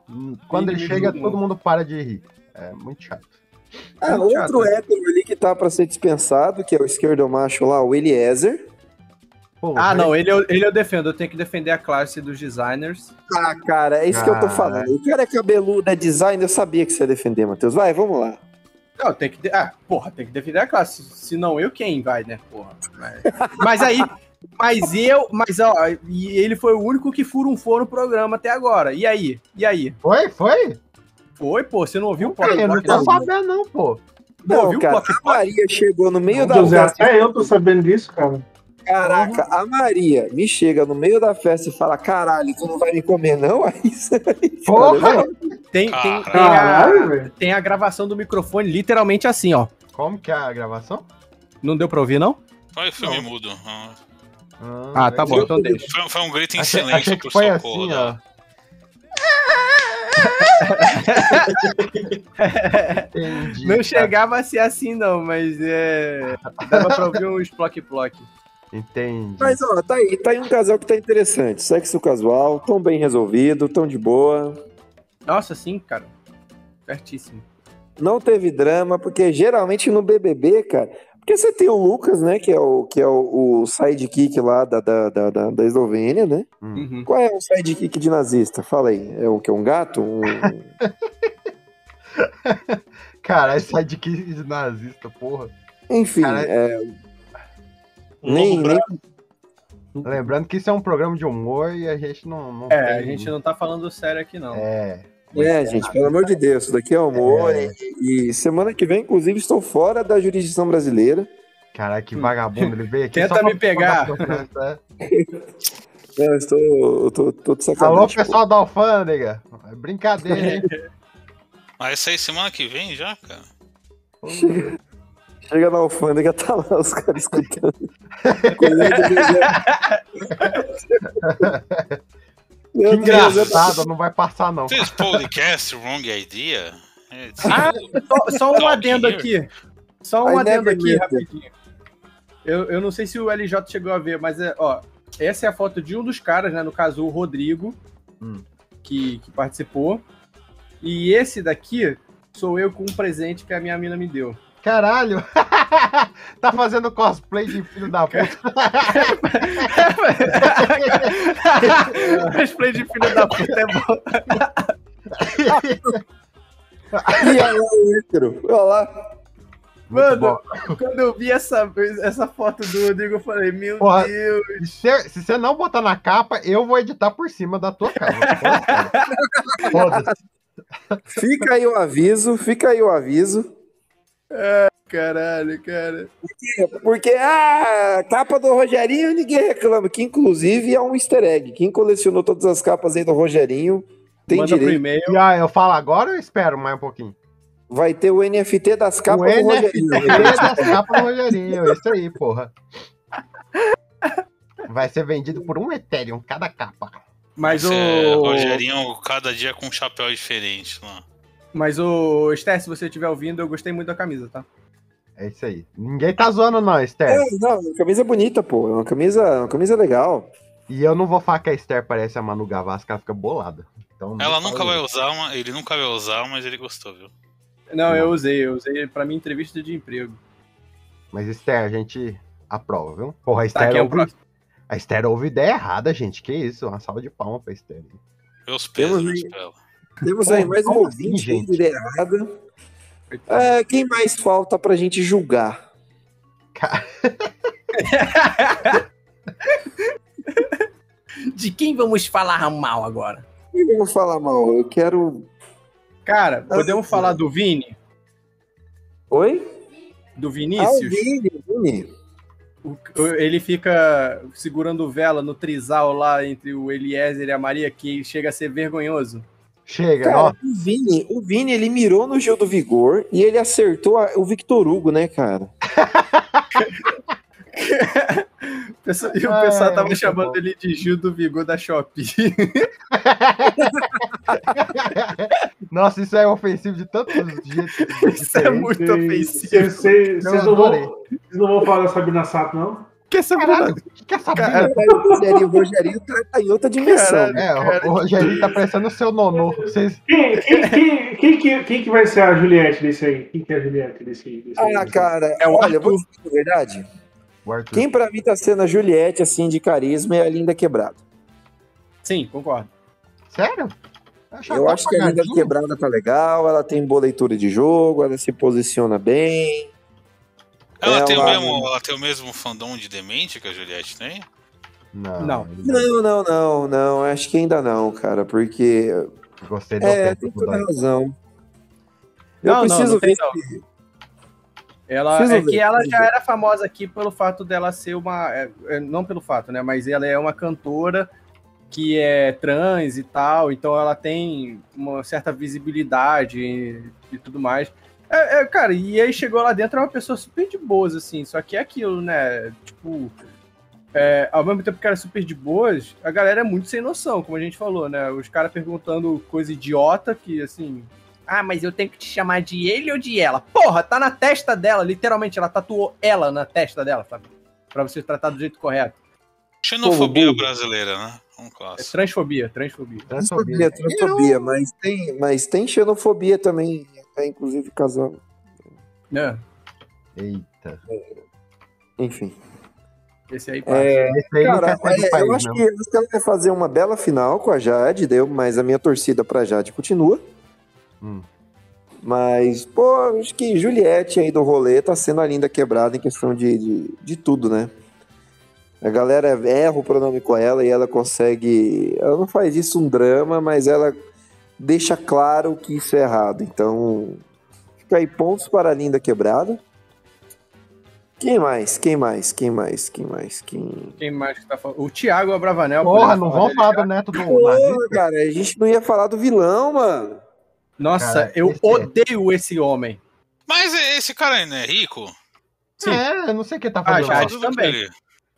D: Quando ele
F: Inimigo
D: chega,
F: do
D: todo mundo para de rir. É muito chato.
B: Ah, outro hétero ali que tá pra ser dispensado, que é o esquerdo macho lá, o Eliezer.
F: Ah, não, ele eu, ele eu defendo. Eu tenho que defender a classe dos designers.
B: Ah, cara, é isso que eu tô falando. O cara é cabeludo, é design, eu sabia que você ia defender, Matheus. Vai, vamos lá.
F: Não, tem que. de- Ah, porra, tem que defender a classe. Se não eu, quem vai, né? Porra. Mas, mas aí. Mas eu. Mas, ó, e ele foi o único que furunfou no programa até agora. E aí? E aí?
D: Foi? Foi?
F: Foi, pô. Você não né? ouviu o
D: Eu não
F: podcast?
D: tô sabendo, não, pô.
B: Não,
F: viu,
B: cara,
F: Pock?
B: a Maria chegou no meio da
H: José,
B: festa.
H: até eu tô sabendo disso, cara.
B: Caraca, a Maria me chega no meio da festa e fala: caralho, tu não vai me comer, não? Aí você
D: Porra!
B: né?
F: Tem, tem, tem,
H: Caralho,
F: a,
H: velho.
F: tem a gravação do microfone literalmente assim, ó.
D: Como que é a gravação?
F: Não deu pra ouvir, não?
E: Olha o filme mudo. Ah.
F: Ah, tá bom, então deixa.
E: Foi, foi um grito em
D: Achei-
E: silêncio
D: achei que
E: por
D: foi
E: socorro. né?
D: assim,
E: da-
D: ó. Entendi.
F: Não chegava a ser assim, não, mas é. Dava pra ouvir uns ploc-ploc.
D: Entendi.
B: Mas ó, tá aí, tá aí um casal que tá interessante. Sexo casual, tão bem resolvido, tão de boa.
F: Nossa, sim, cara. Certíssimo.
B: Não teve drama, porque geralmente no BBB, cara. Porque você tem o Lucas, né? Que é o, que é o, o sidekick lá da, da, da, da, da Eslovênia, né?
F: Uhum.
B: Qual é o sidekick de nazista? Fala aí. É o que? Um gato? Um.
D: Caralho, sai é de que de nazista, porra.
B: Enfim,
D: Cara,
B: é, nem, nem
D: Lembrando que isso é um programa de humor e a gente não. não
F: É, a
D: tem-
F: gente não tá falando sério aqui, não.
D: É.
B: É, gente, pelo amor de Deus, isso daqui é humor. E, e semana que vem, inclusive, estou fora da jurisdição brasileira.
D: Caralho, que vagabundo, ele veio aqui.
F: Tenta
D: só pra-
F: me pegar.
D: pra- pra- pra-
B: Não, É, eu estou, eu tô, tô de sacanagem.
D: Alô, pessoal da alfândega. É brincadeira, hein?
E: Mas essa aí semana que vem já, cara?
B: Chega na alfândega, tá lá os caras escutando. Colega do José. Meu
D: Que
B: Deus,
D: engraçado, não vai passar, não.
E: This podcast, wrong idea. É, It's-
F: Ah, só, só um
E: Talk
F: adendo
E: here.
F: aqui. Só
B: I
F: um adendo
B: never
F: aqui,
B: lived.
F: rapidinho. Eu, eu não sei se o LJ chegou a ver, mas é, ó, essa é a foto de um dos caras, né? No caso, o Rodrigo,
D: Hum.
F: que, que participou. E esse daqui sou eu com um presente que a minha mina me deu.
D: Caralho! tá fazendo cosplay de filho da puta.
F: Cosplay de filho da puta é bom.
B: E aí, o né, hétero? Olha lá.
D: Muito
F: Mano,
D: bom.
F: quando eu vi essa, essa foto do Rodrigo, eu falei, meu
D: Porra.
F: Deus.
D: E se se você não botar na capa, eu vou editar por cima da tua capa. Foda-se, cara. assim, Foda-se.
B: Fica aí o aviso, fica aí o aviso.
F: Caralho, cara.
B: Porque a capa do Rogerinho ninguém reclama, que inclusive é um easter egg. Quem colecionou todas as capas aí do Rogerinho tem
F: Manda pro
B: direito.
F: e-mail.
D: E aí, eu falo agora ou eu espero mais um pouquinho?
B: Vai ter o NFT das
D: O
B: capas do
D: é NFT
F: né?
B: Rogerinho.
D: da capa do Rogerinho, é isso aí, porra. Vai ser vendido por um Ethereum cada capa.
F: Mas o.
E: É, Rogerinho, cada dia com um chapéu diferente lá.
F: Mas o Esther, se você estiver ouvindo, eu gostei muito da camisa, tá?
D: É isso aí. Ninguém tá zoando, não,
B: É,
D: Esther.
B: não, uma camisa bonita, pô. É uma camisa, é uma camisa legal.
D: E eu não vou falar que a Esther parece a Manu Gavassi, que ela fica bolada.
F: Hum,
D: Então,
E: Ela
D: não
E: nunca
D: fala
E: vai
D: isso.
E: usar, uma, ele nunca vai usar, mas ele gostou, viu?
F: Não, eu usei, eu usei pra minha entrevista de emprego.
D: Mas Esther, a gente aprova, viu? Porra,
F: Tá,
D: a Esther,
F: aqui é o
D: ouve...
F: próximo.
D: a Esther ouve ideia errada, gente. Que isso? Uma salva de palma pra Esther.
E: Meus
B: Temos
E: pesos, meus
B: aí.
E: pelos.
B: Temos aí
D: Pô,
B: mais um
D: como assim,
B: ouvinte
D: gente?
B: liderada. É, quem mais falta pra gente julgar?
F: De quem vamos falar mal agora?
B: Eu vou falar mal, eu quero.
F: Cara, podemos falar do Vini?
B: Oi?
F: Do
B: Ah, o
F: Vinícius?
B: Vini, Vini.
F: O- o- ele fica segurando vela no trisal lá entre o Eliezer e a Maria, que chega a ser vergonhoso.
D: Chega,
B: Cara,
D: É, ó.
B: o Vini, o Vini, ele mirou no Gil do Vigor e ele acertou a- o Victor Hugo, né, cara?
F: Pessoa- E o
D: Ah,
F: pessoal
D: é
F: tava
D: muito
F: chamando
D: bom.
F: ele de Gil do Vigor da Shopee.
D: Nossa, isso é ofensivo de tantos jeitos.
F: Isso é muito ofensivo.
H: Vocês vocês-
D: Eu
H: vocês não,
D: adorei.
H: vão- vocês não vão falar da Sabrina Sato, não?
F: Que essa
D: Caralho, o que que é essa
B: Cara,
D: vida?
B: o Rogerinho, o Rogerinho tá, tá em outra dimensão.
D: É, o- o Rogerinho tá parecendo o seu nonô. Vocês...
H: Quem, quem, quem, quem, que- quem que vai ser a Juliette desse aí? Quem que é a Juliette desse, desse aí?
B: Ah, cara, olha, vou dizer a verdade.
D: O Arthur.
B: Quem pra mim tá sendo a Juliette, assim, de carisma é a Linda Quebrada.
F: Sim, concordo.
D: Sério? Tá
B: Eu acho que a Linda Quebrada tá legal, ela tem boa leitura de jogo, ela se posiciona bem.
E: Ela, tem o
B: Ela-
E: mesmo, ela tem o mesmo fandom de demente que a Juliette tem?
D: Não.
F: Não.
B: Não, não, não, não, acho que ainda não, cara, porque...
D: Gostei da
B: É,
D: oferta
B: tem
D: do
B: toda
D: Dói.
B: razão. Eu
F: Não, não,
B: preciso
F: não
B: ver
F: tem
B: esse
F: não. Ela,
B: Preciso
F: é
B: ver,
F: que ela
B: preciso
F: já
B: ver.
F: era famosa aqui pelo fato dela ser uma. é, é, não pelo fato, né? Mas ela é uma cantora que é trans e tal, então ela tem uma certa visibilidade e, e tudo mais. É, é, cara, e aí chegou lá dentro, é uma pessoa super de boas, assim, só que é aquilo, né? Tipo. é, ao mesmo tempo que era super de boas, a galera é muito sem noção, como a gente falou, né? Os caras perguntando coisa idiota que, assim, ah, mas eu tenho que te chamar de ele ou de ela? Porra, tá na testa dela, literalmente, ela tatuou ela na testa dela, sabe? Pra você tratar do jeito correto.
E: Xenofobia brasileira, né? Um
F: É
E: clássico.
F: transfobia, transfobia.
B: Transfobia, transfobia, é mas tem, mas tem xenofobia também, é, inclusive casal.
F: Né?
D: Eita.
B: Enfim.
F: Esse aí passa.
B: É,
D: Esse aí não
B: cara,
D: quer sair do
B: é, eu
D: país,
B: acho
D: não.
B: que, acho que ela vai fazer uma bela final com a Jade, deu, mas a minha torcida pra Jade continua.
D: Hum.
B: Mas, pô, acho que Juliette aí do rolê tá sendo a linda quebrada em questão de, de, de tudo, né? A galera erra o pronome com ela e ela consegue. Ela não faz isso um drama, mas ela deixa claro que isso é errado. Então, fica aí pontos para a linda quebrada. Quem mais? Quem mais? Quem mais? Quem mais? Quem.
F: Quem mais que tá falando? O né? Thiago Abravanel.
D: Porra,
F: podemos
D: não
F: falar
D: vão
F: dele.
D: falar do neto do
B: Pô,
D: Nazismo?
B: cara, a gente não ia falar do vilão, mano.
F: Nossa,
D: Cara,
F: eu
D: esse é-
F: odeio esse homem.
E: Mas esse cara ainda é rico?
F: Sim.
D: É, eu não sei o que tá
F: A
D: fazendo. lá.
F: Ah, Jade
E: Duvido que
F: também.
E: ele-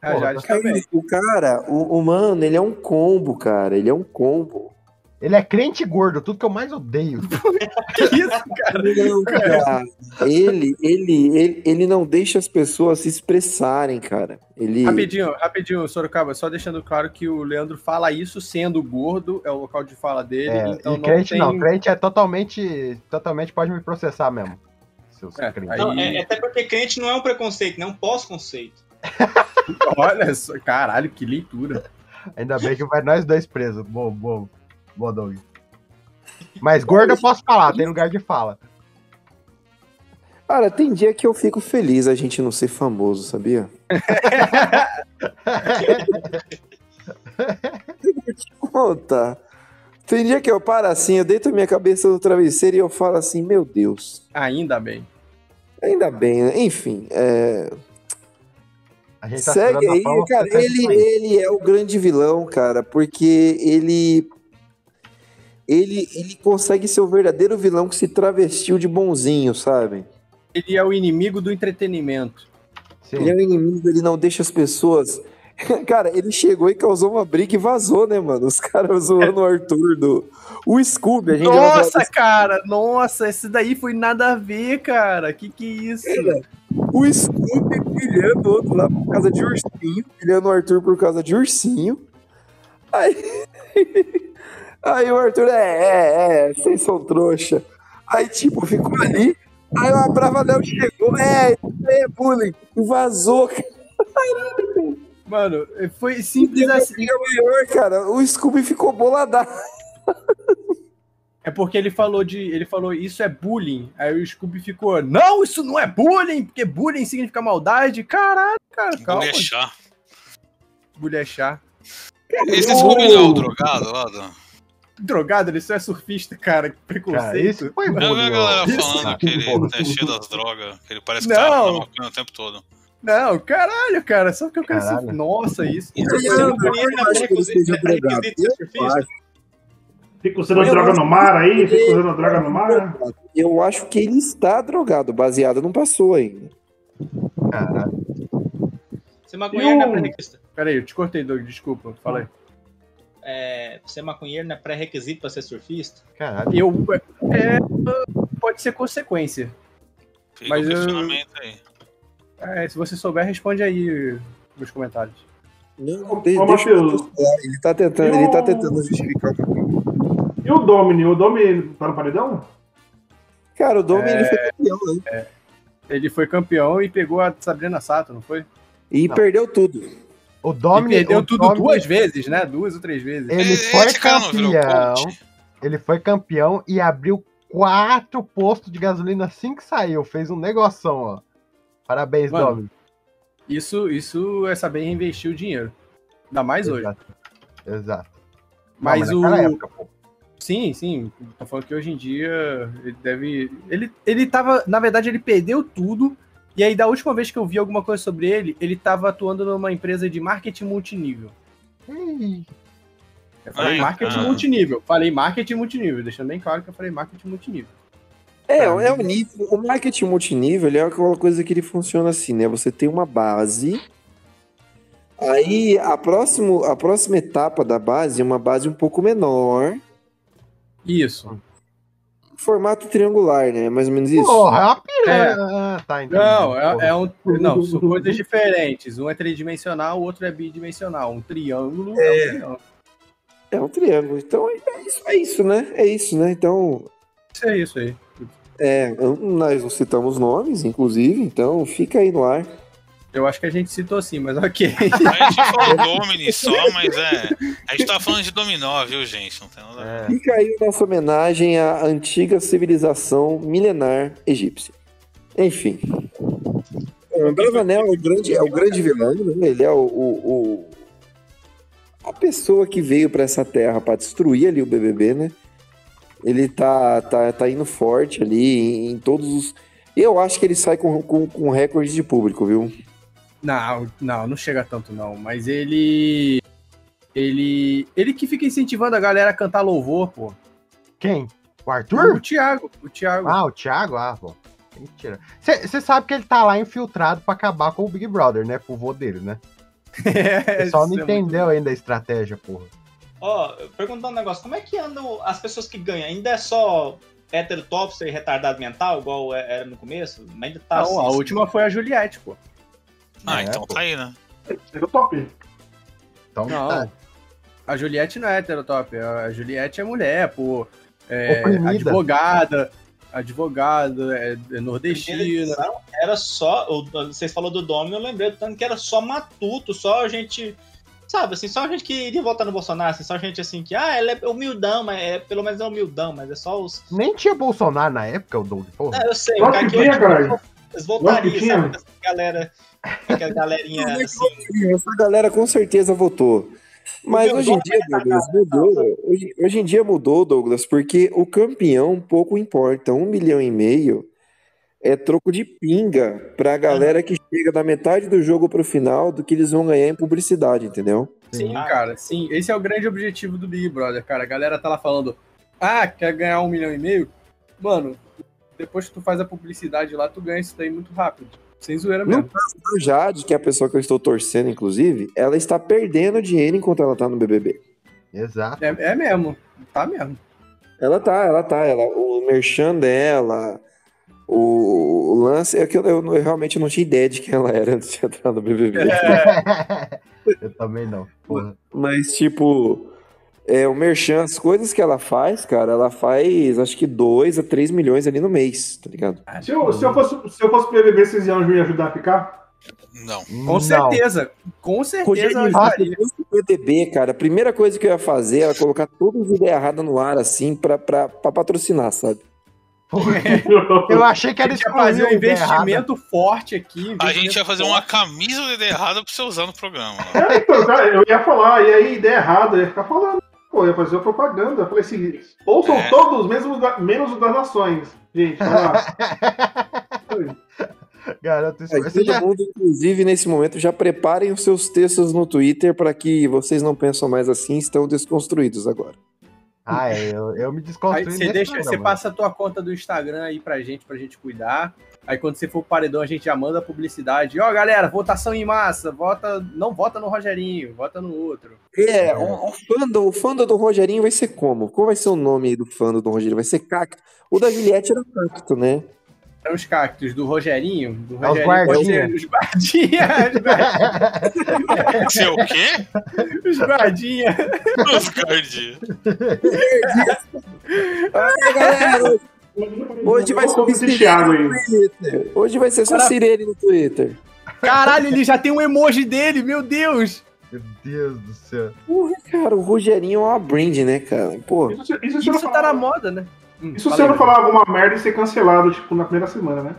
F: A
D: Porra,
F: Jade também.
B: O cara, o, o mano, ele é um combo, cara. Ele é um combo.
D: Ele é crente gordo, tudo que eu mais odeio.
F: Então Que isso, é um cara?
B: Não, cara. Ele, ele, ele, ele não deixa as pessoas se expressarem, cara. Ele.
F: Rapidinho, rapidinho, Sorocaba, só deixando claro que o Leandro fala isso sendo gordo, é o local de fala dele,
D: É,
F: então
D: e
F: não
D: crente
F: tem...
D: não, crente é totalmente, totalmente pode me processar mesmo. Seus
F: É,
D: crentes.
F: aí-
G: Não, é, é até porque crente não é um preconceito, não é um pós-conceito.
F: Olha só, caralho, que leitura.
D: Ainda bem que vai nós dois presos. Bom, bom, bom, Doug. Mas gordo eu posso falar, tem lugar de fala.
B: Cara, tem dia que eu fico feliz a gente não ser famoso, sabia? Eu vou te contar. tá. Tem dia que eu paro assim, eu deito minha cabeça no travesseiro e eu falo assim, meu Deus.
F: Ainda bem.
B: Ainda bem, né? Enfim, é,
D: A gente tá
B: segue
D: tirando a
B: aí,
D: palma
B: cara.
D: porque tá
B: Ele,
D: saindo.
B: ele é o grande vilão, cara, porque ele, ele. Ele consegue ser o verdadeiro vilão que se travestiu de bonzinho, sabe?
F: Ele é o inimigo do entretenimento.
D: Sim.
B: Ele é um inimigo, ele não deixa as pessoas. Cara, ele chegou e causou uma briga e vazou, né, mano? Os caras zoando o Arthur do. O Scooby, a gente já vai falar
F: Nossa, cara! Nossa, esse daí foi nada a ver, cara. Que que é isso?
B: O Scooby pilhando o outro lá por causa de ursinho, pilhando o Arthur por causa de ursinho. Aí, aí o Arthur, é, é, é, vocês são trouxa. Aí, tipo, ficou ali. Aí o Abravanel chegou, é, isso aí é bullying, e vazou. cara.
F: Mano, foi simples assim.
B: Deu a é maior, cara. O Scooby ficou boladado.
F: É porque ele falou de. Ele falou, isso é bullying. Aí o Scooby ficou, não, isso não é bullying, porque bullying significa maldade. Caralho, cara, calma.
E: Bully é chá.
F: Bulechar.
E: Esse Scooby não é o drogado lá, Dan?
F: Drogado, ele só é surfista, cara. Que
D: Cara,
F: preconceito.
D: isso foi
E: Eu vi a
D: bullying, ó.
E: galera
F: Isso.
E: falando que ele é cheio das drogas, que ele parece que tá
F: Não.
E: malucando o tempo todo.
F: Não, caralho, cara. Só porque eu quero ser.
D: Caralho.
F: Nossa, isso.
G: é
B: Eu não acho que ele seja drogado. Eu acho.
H: Fica usando droga no mar aí? Fica usando droga no mar?
B: Eu acho que ele está drogado, baseado, não passou ainda.
D: Caralho.
G: Você é maconheiro não é pré-requisito.
F: Peraí, eu te cortei, Doug, desculpa, falei.
G: É, ser maconheiro não é pré-requisito pra ser surfista?
D: Caralho.
F: Eu, é, pode ser consequência.
E: Fica
F: Mas
E: o
F: eu-
E: questionamento aí.
F: É, se você souber, responde aí nos comentários.
B: Não, de-
H: Ô,
B: deixa
H: Matheus.
B: eu ele tá tentando, ele tá
H: Eu-
B: tentando justificar.
H: E o Domini? O Domini tá no paredão?
B: Cara, o Domi ele foi
F: É,
B: campeão, né?
F: Ele foi campeão e pegou a Sabrina Sato, não foi?
B: E perdeu tudo.
D: O
F: Ele
D: Domini.
F: perdeu
D: o
F: tudo
D: Domini- É.
F: duas vezes, né? Duas ou três vezes.
D: Ele
E: Esse
D: foi
E: cara É, não virou
D: campeão.
E: coach?
D: Ele foi campeão e abriu quatro postos de gasolina assim que saiu. Fez um negoção, ó. Parabéns,
F: Mano,
D: Domini.
F: Isso, isso é saber reinvestir o dinheiro. Ainda mais hoje.
D: Exato. Exato. Não,
F: Mas o.
D: naquela época, pô.
F: Sim, sim. Tô falando que hoje em dia ele deve. Ele, ele tava. Na verdade, ele perdeu tudo. E aí, da última vez que eu vi alguma coisa sobre ele, ele tava atuando numa empresa de marketing multinível.
D: Ih,
F: Eu falei
E: Ah,
F: marketing
E: ah.
F: multinível. Falei marketing multinível, deixando bem claro que eu falei marketing multinível.
B: É, é um nível. O marketing multinível ele é aquela coisa que ele funciona assim, né? Você tem uma base. Aí a, próximo, a próxima etapa da base é uma base um pouco menor.
F: Isso.
B: Formato triangular, né? Mais ou menos isso.
D: Porra, é uma piranha. Ah, Tá, entendi.
F: Não, é,
D: Porra.
F: é um. Não, são coisas diferentes. Um é tridimensional, o outro é bidimensional. Um triângulo é, um triângulo.
B: É um triângulo. Então é isso, é isso, né? É isso, né? Então.
F: Isso é isso aí.
B: É, nós não citamos nomes, inclusive, então fica aí no ar.
F: Eu acho que a gente citou sim, mas ok.
E: A gente falou Domini só, mas é. A gente tava falando de Dominó, viu, gente? Não tem nada a ver.
D: É.
B: Fica aí nossa homenagem à antiga civilização milenar egípcia. Enfim. O Bravanel é o grande, é o grande vilão, né? ele é o, o- o- a pessoa que veio para essa terra para destruir ali o BBB, né? Ele tá, tá, tá indo forte ali em, em todos os. Eu acho que ele sai com, com, com recorde de público, viu?
F: Não, não, não chega tanto não, mas ele ele ele que fica incentivando a galera a cantar louvor, pô.
D: Quem? O Arthur?
F: O Thiago, o Thiago.
D: Ah, o Thiago? Ah, bom. Mentira. Você sabe que ele tá lá infiltrado pra acabar com o Big Brother, né? Pro vô dele, né? O
F: é,
D: pessoal não
F: isso é muito-
D: entendeu ainda a estratégia, porra.
G: Ó, perguntando um negócio, como é que andam as pessoas que ganham? Ainda é só hétero topster e retardado mental, igual é- era no começo? Mas ainda tá
F: Não, a última foi a Juliette, pô.
E: Ah,
D: É,
E: então
D: pô.
E: tá aí, né?
H: Chega é top.
D: Então, tá.
F: Não. A Juliette não é heterotop, a Juliette é mulher, pô. É,
D: Oprimida.
F: advogada, advogada, é, é
G: Primeira
F: nordestina.
G: edição era só. o- Vocês falaram do Domino, eu lembrei do tanto que era só matuto, só gente. Sabe, assim, só gente que iria votar no Bolsonaro, assim, só gente assim que, ah, ela é humildão, mas é, pelo menos é humildão, mas é só os.
D: Nem tinha Bolsonaro na época, o Doug, porra.
G: Ah, eu sei,
H: Lógico que tinha, caralho.
G: Eles
H: Lógico que
G: votariam,
H: tinha.
G: sabe? Essa galera. Aquela galerinha assim.
B: Essa galera com certeza votou. Mas
G: Meu
B: hoje em
G: Deus,
B: dia,
G: vai
B: Douglas, mudou. Hoje, hoje em dia mudou, Douglas, porque o campeão pouco importa. Um milhão e meio é troco de pinga pra galera que chega da metade do jogo pro final do que eles vão ganhar em publicidade, entendeu?
F: Sim,
G: Ah.
F: cara, sim. Esse é o grande objetivo do Big Brother, cara. A galera tá lá falando, ah, quer ganhar um milhão e meio? Mano, depois que tu faz a publicidade lá, tu ganha isso daí muito rápido. Sem zoeira
B: Não.
F: mesmo.
B: A Jade, que é a pessoa que eu estou torcendo, inclusive, ela está perdendo dinheiro enquanto ela tá no BBB.
D: Exato.
F: É, é mesmo, tá mesmo.
B: Ela tá, ela tá. Ela, o merchan dela, o, o lance. É que eu, eu não- eu realmente não tinha ideia de quem ela era antes de entrar no BBB.
F: É.
D: eu também não, porra.
B: Mas, tipo, é, o Merchan, as coisas que ela faz, cara, ela faz acho que 2 a 3 milhões ali no mês, tá ligado?
H: Se eu, se eu fosse, se eu fosse pro BBB, vocês iam me ajudar a ficar?
E: Não.
F: Com certeza, com certeza.
B: Rogério,
F: ajudaria.
B: Rafa, depois do BBB, cara, a primeira coisa que eu ia fazer era colocar todas as ideias erradas no ar, assim, pra, pra, pra patrocinar, sabe?
D: Eu achei que
F: A
D: era né?
F: gente ia fazer um
D: exclusivo, ideia errada.
F: investimento forte aqui.
E: A
F: investimento
E: gente ia fazer uma
F: forte.
E: camisa do ideia errada pra você usar no programa. né?
H: É, então, cara, eu ia falar, e aí, ideia errada, eu ia ficar falando. Pô, eu ia fazer uma propaganda. Eu falei assim: ouçam
E: É.
H: todos, mesmo da- menos os das nações. Gente, vai lá.
D: Garoto, isso
B: Aí,
D: você
B: todo
D: já...
B: mundo, inclusive, nesse momento, já preparem os seus textos no Twitter pra que vocês não pensam mais assim, estão desconstruídos agora.
D: Ah, é, eu, eu me
F: Aí
D: desconstruí
F: você,
D: nesse
F: deixa, você
D: programa.
F: passa a tua conta do Instagram aí pra gente, pra gente cuidar. Aí quando você for pro paredão, a gente já manda a publicidade. Ó, galera, votação em massa. Vota, não vota no Rogerinho, vota no outro.
B: É, o, o, fandom, o fandom do Rogerinho vai ser como? Qual vai ser o nome do fandom do Rogerinho? Vai ser Cacto. O da Juliette era Cacto, né?
F: Eram os cactos do Rogerinho. Do
B: É os
F: Rogerinho pode
B: guardinha.
F: ser os guardinhas.
E: Você é o quê?
F: Os guardinhas.
E: Os guardinhas.
B: Ah, galera, hoje vai subir Cirene no Twitter. Hoje vai ser só
F: Cara-
B: Cirene no Twitter.
F: Caralho, ele já tem um emoji dele, meu Deus!
D: Meu Deus do céu.
B: Porra, cara, o Rogerinho é uma brand, né, cara? Pô.
H: Isso, se eu não
F: tá
H: falar,
F: na moda, né?
H: isso se eu não falar alguma merda e ser cancelado, tipo, na primeira semana, né?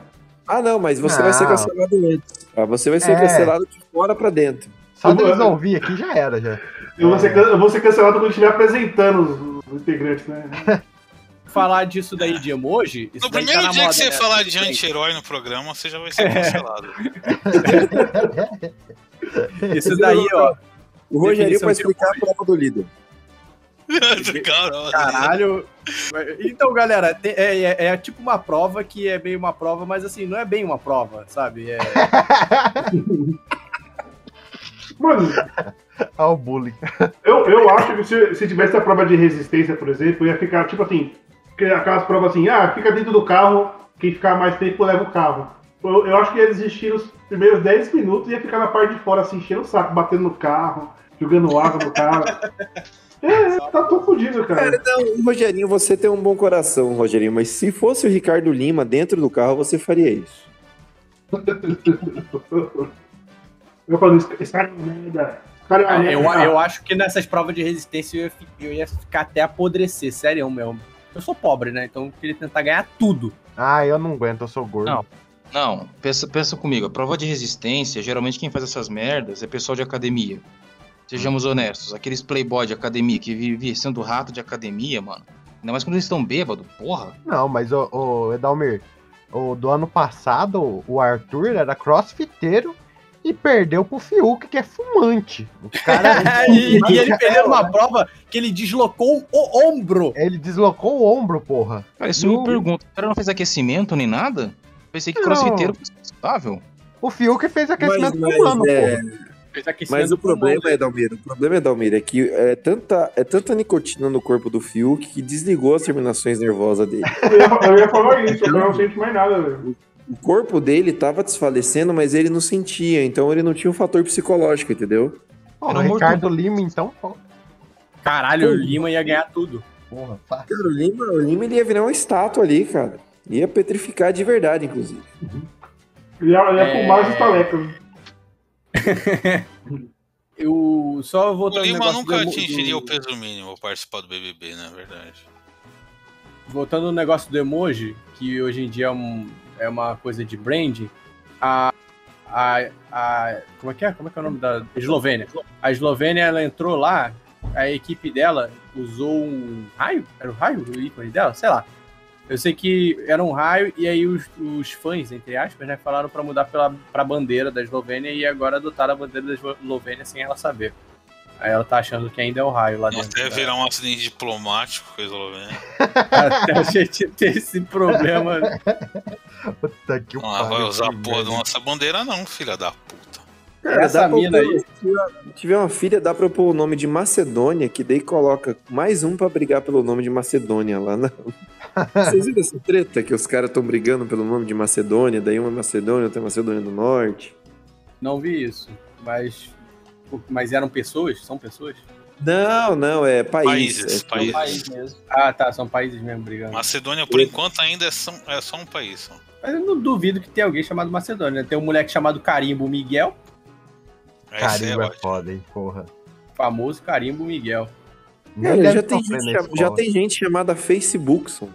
B: Ah, não, mas você vai ser
H: Não.
B: cancelado antes. Ah, Você vai ser
H: É.
B: cancelado de fora pra dentro.
D: Só deles ouvir aqui já era, já.
H: Eu vou ser, can- eu vou ser cancelado quando estiver apresentando os, os integrantes, né?
F: Falar disso daí tá de emoji. Isso
E: No primeiro dia que
F: né?
E: você falar de
F: gente.
E: anti-herói no programa, você já vai ser cancelado.
F: É.
D: É,
F: Isso daí, ó.
B: O Rogerinho
F: Definição
B: vai
F: de
B: explicar a prova do líder.
F: Caralho. Então, galera, te- é, é- é tipo uma prova que é meio uma prova, mas assim, não é bem uma prova, sabe? É,
H: Mano,
D: Ah, o bullying.
H: eu, eu acho que se, se tivesse a prova de resistência, por exemplo, ia ficar, tipo assim, que- aquelas provas assim, ah, fica dentro do carro, quem ficar mais tempo leva o carro. Eu, eu acho que ia desistir nos primeiros 10 minutos e ia ficar na parte de fora, assim, enchendo o saco, batendo no carro, jogando água no carro. É, tá todo fodido, cara.
B: Cara, não, Rogerinho, você tem um bom coração, Rogerinho, mas se fosse o Ricardo Lima dentro do carro, você faria isso.
H: Eu falo, "Esse- esse cara é um merda. Esse cara é uma
F: Ah, eu,
H: merda."
F: eu acho que nessas provas de resistência eu ia, fi- eu ia ficar até apodrecer, sério mesmo. Eu sou pobre, né? Então eu queria tentar ganhar tudo.
D: Ah, eu não aguento, eu sou gordo.
K: Não. Não, pensa, pensa comigo. A prova de resistência, geralmente quem faz essas merdas é pessoal de academia. Sejamos
G: Hum.
K: honestos, aqueles playboy de academia que vivem sendo rato de academia, mano. Ainda mais quando eles estão bêbados, porra.
D: Não, mas o, Edalmir, o do ano passado, o- o Arthur era crossfiteiro e perdeu pro Fiuk, que é fumante. O cara.
F: e, e ele perdeu uma prova que ele deslocou o ombro.
D: Ele deslocou o ombro, porra.
K: Cara, isso eu me pergunto. O cara não fez aquecimento nem nada? Pensei que
D: Não.
K: crossfiteiro fosse saudável.
D: O Fiuk fez aquecimento
B: mas,
D: humano,
B: é,
D: porra.
B: Mas o problema é, Dalmira, o problema é, Dalmira, é que é tanta, é tanta nicotina no corpo do Fiuk que desligou as terminações nervosas dele.
H: Eu ia- eu ia falar isso, agora eu não sinto mais nada, velho.
B: O corpo dele tava desfalecendo, mas ele não sentia, então ele não tinha um fator psicológico, entendeu?
D: Pô, o Ricardo Lima, então, pô,
F: Caralho, o Lima ia ganhar tudo.
D: porra, fácil.
B: Cara, o Lima, o Lima ele ia virar uma estátua ali, cara. Ia petrificar de verdade, inclusive.
H: Ele ia, ele ia
F: É.
H: fumar as estalecas.
F: Eu só vou um
E: O Lima nunca atingiria o peso mínimo ao participar do BBB, na né? É verdade.
F: voltando no negócio do emoji, que hoje em dia é, um- é uma coisa de branding, a, a, a- Como é que é? Como é que é o nome da. Eslovênia. A Eslovênia, ela entrou lá, a equipe dela usou um raio? Era o raio o ícone dela? Sei lá. Eu sei que era um raio, e aí os, os fãs, entre aspas, né, falaram pra mudar pela, pra bandeira da Eslovênia e agora adotaram a bandeira da Eslovênia sem ela saber. Aí ela tá achando que ainda é o raio lá dentro.
E: Nossa, ia virar um acidente diplomático, coisa louca. né?
F: Até a gente ter esse problema. né?
D: Puta que
E: Não, ela Ah, vai usar a porra um da nossa bandeira, não, filha da puta.
B: Cara,
F: Essa
B: dá pra eu
F: mina
B: pôr-
F: aí.
B: Se tiver uma filha, dá pra eu pôr o nome de Macedônia, que daí coloca mais um pra brigar pelo nome de Macedônia lá na. Vocês viram essa treta que os caras estão brigando pelo nome de Macedônia, daí uma é Macedônia, outra é Macedônia do Norte?
F: Não vi isso, mas mas eram pessoas? São pessoas?
B: Não, não, é país.
E: Países,
B: é,
E: países.
F: mesmo. Ah, tá, são países mesmo brigando.
E: Macedônia, por enquanto, ainda é só, é só um país. ó.
F: Mas eu não duvido que tenha alguém chamado Macedônia. né? Tem um moleque chamado Carimbo Miguel,
E: Aí você
D: Carimbo
E: é
D: é foda, hein, porra.
F: famoso Carimbo Miguel.
D: Nem
B: Cara,
D: deve
B: É, já
F: tá
B: tem,
D: sofrer
B: gente,
D: na
B: cham- já
D: escola.
B: tem gente chamada Facebookson.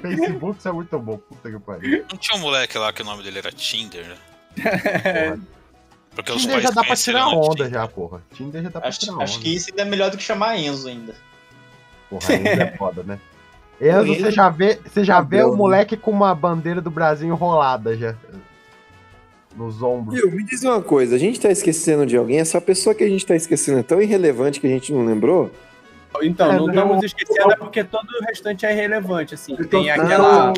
D: Facebook isso é muito bom, puta que pariu.
E: Não tinha um moleque lá que o nome dele era Tinder, né? Porque os
D: Tinder
E: pais
D: já dá pra tirar
E: conheceram no
D: onda
E: Tinder.
D: já, porra. Tinder já dá pra tirar
G: Acho,
D: onda.
G: acho que isso ainda é melhor do que chamar Enzo ainda.
D: Porra, Enzo é foda, né? Enzo,
B: Enzo-
D: você já vê, você já vê
B: Gabriel,
D: o moleque com uma bandeira do Brasil enrolada já. nos ombros.
B: Viu, me diz uma coisa, a gente tá esquecendo de alguém, essa pessoa que a gente tá esquecendo é tão irrelevante que a gente não lembrou?
F: Então,
B: É,
F: não
B: não,
F: estamos esquecendo é porque todo o restante é irrelevante, assim. Tem
B: Não,
F: aquela.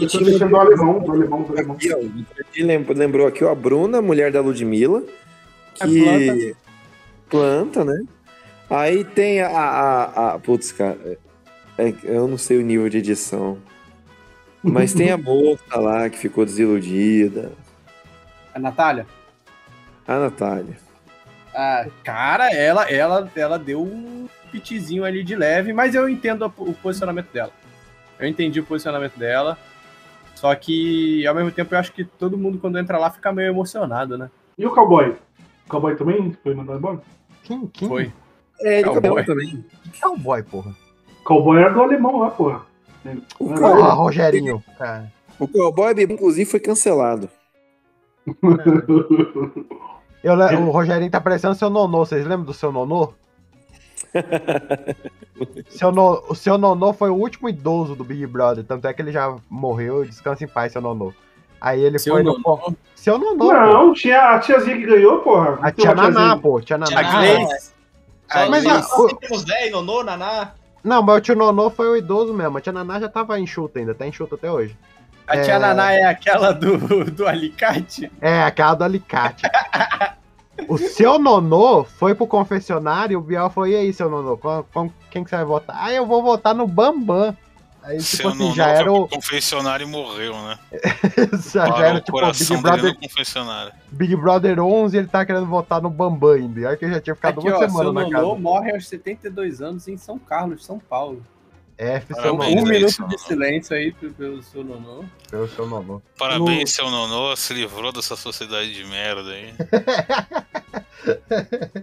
B: eu tô
H: deixando o alemão, o alemão, o alemão.
B: Aqui, ó, aqui lem- lembrou aqui ó, a Bruna, mulher da Ludmilla, que
F: É
B: planta, né? Aí tem a, a, a- putz, cara, é- é- eu não sei o nível de edição, mas tem a moça lá que ficou desiludida,
F: A Natália?
B: a Natália.
F: Ah, cara, ela, ela, ela deu um pitizinho ali de leve, mas eu entendo a- o posicionamento dela. Eu entendi o posicionamento dela. Só que, ao mesmo tempo, eu acho que todo mundo, quando entra lá, fica meio emocionado, né?
H: E o cowboy? O cowboy também foi mandado embora?
D: Quem? quem?
F: Foi.
B: É,
F: ele Cowboy.
B: também.
D: Que cowboy, porra?
H: Cowboy era do alemão lá, porra.
B: O
H: Não,
B: cowboy-
D: Ah, Rogerinho, cara.
B: O Cowboy Bebop, inclusive, foi cancelado.
D: É. Eu le- o Rogerinho tá parecendo seu nonô. Vocês lembram do seu nonô? seu no- o seu nonô foi o último idoso do Big Brother. Tanto é que ele já morreu. Descansa em paz, seu nonô. Aí ele
F: Seu
D: foi
F: nonô?
D: no. con- Seu nonô. pô.
H: Não, tinha a tiazinha que ganhou, porra.
D: A tia Naná, pô. Tia Naná.
G: Tia Naná.
F: Ah,
G: Só,
D: Ah, é. Mas
G: só,
D: a-
G: só
D: o-
G: temos 10, nonô, naná.
D: Não, mas o tio Nonô foi o idoso mesmo. A tia Naná já tava enxuta ainda, tá enxuta até hoje.
F: A tia Naná é aquela do, do alicate?
D: É, aquela do alicate. o seu Nonô foi pro confessionário e o Biel falou: e aí, seu Nonô, com- com- quem que você vai votar? Ah, eu vou votar no Bambam. Aí, tipo
E: Seu tá
D: assim,
E: nono
D: já
E: foi
D: era
E: pro
D: o.
E: confessionário e morreu, né?
D: já
E: Parou
D: era
E: o
D: tipo o
E: coração
D: Big
E: dele
D: Brother,
E: no confessionário.
D: Big Brother 11 ele tá querendo votar no Bambam ainda. Aí que eu já tinha ficado
F: Aqui,
D: uma
F: ó, seu
D: semana na
F: Nonô
D: casa.
F: morre aos 72 anos em São Carlos, São Paulo.
D: F, seu
E: Parabéns,
F: Um
D: Nonô.
E: né,
F: minuto
E: seu
F: de
E: Nonô.
F: silêncio aí pe- pelo seu Nonô.
D: Foi o seu Nonô.
E: Parabéns, seu Nonô, se livrou dessa sociedade de merda aí.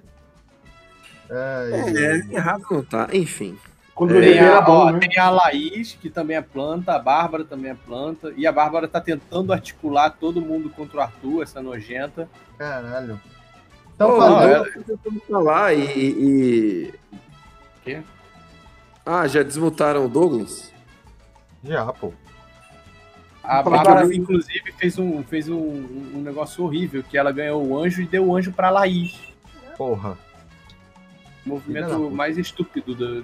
D: Ai,
B: É, errado não tá. Enfim.
H: Quando o bebê
F: Tem a,
H: era bom,
F: É. ó,
H: né?
F: tem a Laís, que também é planta, a Bárbara também é planta, e a Bárbara tá tentando articular todo mundo contra o Arthur, essa nojenta.
D: Caralho.
B: Então,
D: Tão falando.
F: é.
B: falar e. e- e-
F: Quê?
B: Ah, já desmutaram o Douglas?
D: Já, pô.
F: A
B: Fala pra
F: Bárbara,
B: mim.
F: inclusive, fez, um, fez um, um negócio horrível, que ela ganhou o anjo e deu o anjo pra Laís.
D: Porra.
F: O
D: Filha da
F: movimento
D: puta.
F: mais estúpido do-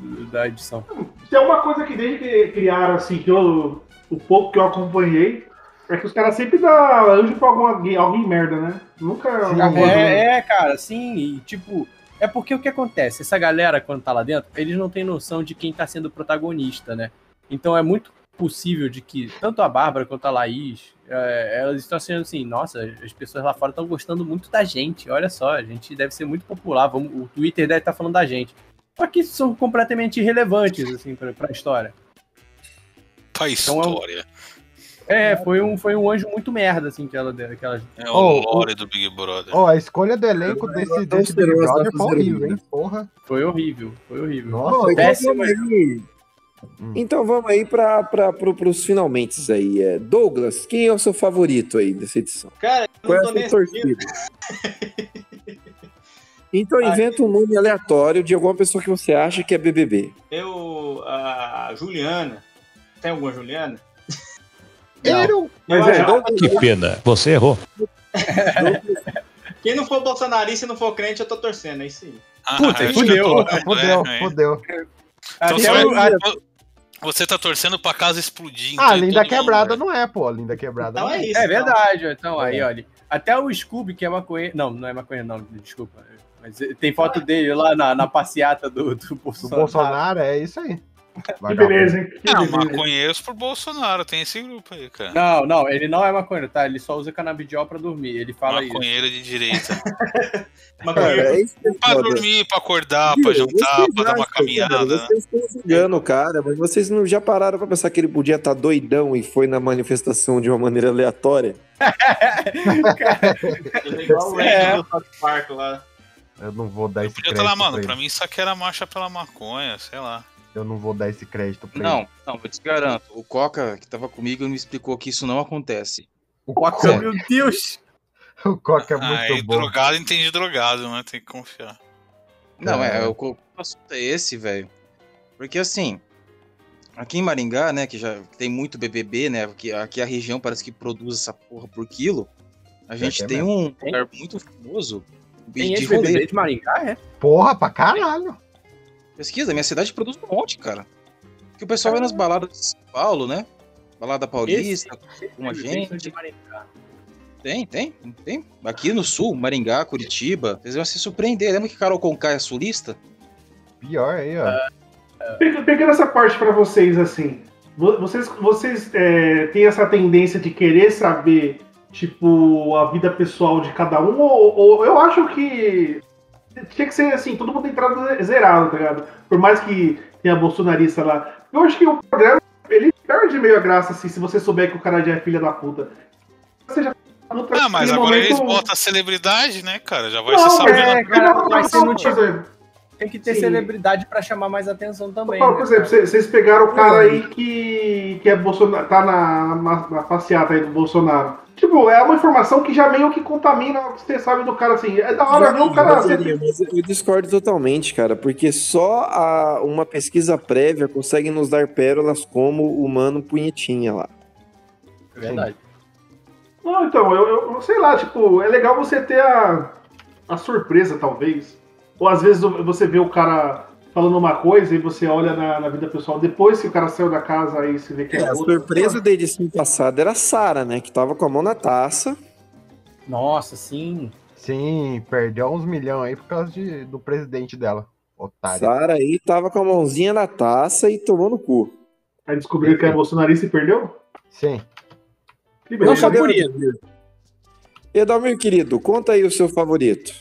F: do- da edição.
H: Se é uma coisa que desde que criaram, assim, que eu, o pouco que eu acompanhei, é que os caras sempre dão anjo pra algum, alguém, alguém merda, né? Nunca.
D: Sim,
H: alguma coisa-
F: É, é, cara, sim, e tipo, é porque o que acontece? Essa galera, quando tá lá dentro, eles não têm noção de quem tá sendo o protagonista, né? Então é muito possível de que tanto a Bárbara quanto a Laís, é, elas estão sendo assim, nossa, as pessoas lá fora estão gostando muito da gente, olha só, a gente deve ser muito popular, vamos, o Twitter deve estar falando da gente. Só que isso são completamente irrelevantes, assim, pra, pra história.
E: Pra Tá
D: Então
E: história.
F: É, foi um, foi um anjo muito merda, assim, que ela, que ela
E: É o
D: Oh,
E: lore do Big Brother.
D: Ó, a escolha do elenco desse, desse Big
B: poderoso,
D: Brother
B: tá
D: foi horrível,
B: zero,
D: hein? Porra.
F: foi horrível, foi horrível.
D: Nossa,
B: Então
F: Péssima.
B: vamos aí. Então vamos aí para os finalmente aí. É, Douglas, quem é o seu favorito aí dessa edição?
G: Cara, eu
B: Qual é
G: não
B: a
G: tô nem
B: sua
G: assistindo.
B: torcida? Então inventa um nome aleatório de alguma pessoa que você acha que é BBB.
G: Eu, a Juliana. Tem alguma Juliana?
D: Não.
H: Mas
G: Eu
H: é,
B: Então,
G: acho-
L: Que pena, você errou.
G: Quem não for bolsonarista e não for crente, eu tô torcendo, é aí sim.
E: Ah,
F: Puta,
E: acho que
F: fudeu,
E: eu tô-
D: Fudeu,
E: é, é.
D: fudeu.
E: Então
F: Até
E: você, vai-
F: o- a-
E: você tá torcendo pra casa explodir. então,
D: Ah,
E: em
D: linda
E: todo mundo,
D: quebrada
E: né?
D: não é, pô. Linda quebrada
G: Então
D: não
G: é
D: é.
G: isso.
F: É
G: então.
F: verdade, então aí, olha. Até o Scooby, que é maconheiro. Não, não é maconheiro, não, desculpa. é, Mas tem foto dele lá na, na passeata do, do
D: Do
F: Bolsonaro.
D: Bolsonaro é isso aí.
H: Que
D: Vagabundo.
H: beleza, hein? Que
E: Não,
H: beleza.
E: maconheiros pro Bolsonaro, tem esse grupo aí, cara.
F: Não, não, ele não é maconheiro, tá? Ele só usa canabidiol pra dormir. Ele fala isso.
E: Maconheiro de direita.
G: Mas
B: Cara, é isso que é
E: pra
B: foda.
E: dormir, pra acordar, pra
B: Viu?
E: jantar,
B: Vocês
E: pra dar uma
B: acham, cara,
E: caminhada. né?
B: Vocês estão julgando o cara, mas vocês não já pararam pra pensar que ele podia estar doidão e foi na manifestação de uma maneira aleatória?
G: Ele é igual o Randy
F: É.
G: do South Park lá.
D: Eu não vou dar
E: Eu
D: esse
E: podia
D: crédito.
E: estar lá, mano,
D: pra
E: pra
D: ele.
E: mim isso aqui era marcha pela maconha, sei lá.
D: Eu não vou dar esse crédito pra ele.
K: Não, não, eu te garanto. O Coca, que tava comigo, me explicou que isso não acontece.
D: O Coca,
F: Meu Deus!
D: o Coca é muito
E: Aí,
D: bom.
E: drogado entende drogado, né? Tem que confiar.
K: Não, é,
D: É.
K: o, co- o assunto é esse, velho. Porque assim, Aqui em Maringá, né, que já tem muito BBB, né, que aqui a região parece que produz essa porra por quilo. A gente
F: é
K: tem
F: mesmo.
K: um lugar muito famoso.
F: Tem ex-BBB de Maringá, é?
D: Porra, pra caralho.
K: Pesquisa, minha cidade produz um monte, cara. Porque o pessoal vai nas baladas de São Paulo, né? Balada paulista, com a gente. Tem, tem, tem. Aqui no sul, Maringá, Curitiba, vocês vão se surpreender. Lembra que Carol Conká é sulista?
D: Pior aí, ó.
H: Pe- Pegando essa parte pra vocês, assim, vo- vocês, vocês é, têm essa tendência de querer saber, tipo, a vida pessoal de cada um, ou, ou eu acho que tinha que ser assim, todo mundo entrado zerado, tá ligado? Por mais que tenha bolsonarista lá. Eu acho que o programa, ele perde meio a graça, assim, se você souber que o cara já é filha da puta. Você já
E: Ah, mas
H: Naquele
E: agora
H: momento-
E: eles botam a celebridade, né, cara? Já vai
H: Não,
E: se sabendo.
H: é,
F: Cara,
H: Não,
F: mas se
H: não,
F: não
H: por
F: tiver,
H: exemplo.
F: tem que ter
H: Sim.
F: celebridade pra chamar mais atenção também.
H: Paulo,
F: né,
H: por é exemplo,
F: cara?
H: vocês vocês pegaram o cara aí que, que é Bolsonaro, tá na, na, na passeata aí do Bolsonaro. Tipo, é uma informação que já meio que contamina o que você sabe do cara assim. É da hora ver o cara.
B: Mas, Aninha, mas eu discordo totalmente, cara, porque só a- uma pesquisa prévia consegue nos dar pérolas como o Mano Punhetinha lá.
F: Verdade.
H: Não, então, eu, eu- eu sei lá, tipo, é legal você ter a, a surpresa, talvez. Ou às vezes você vê o cara falando uma coisa e você olha na, na vida pessoal depois que o cara saiu da casa e se vê que
B: É, a
H: outra.
B: surpresa da edição passada era a Sara, né? Que tava com a mão na taça.
F: Nossa, sim.
D: Sim, perdeu uns milhões aí por causa de, do presidente dela. Otário.
B: Sara aí tava com a mãozinha na taça e tomou no cu.
H: Aí descobriu que é bolsonarista e perdeu?
D: Sim.
H: Que
B: Não só
H: beleza.
B: por isso. Edalmir, querido, conta aí o seu favorito.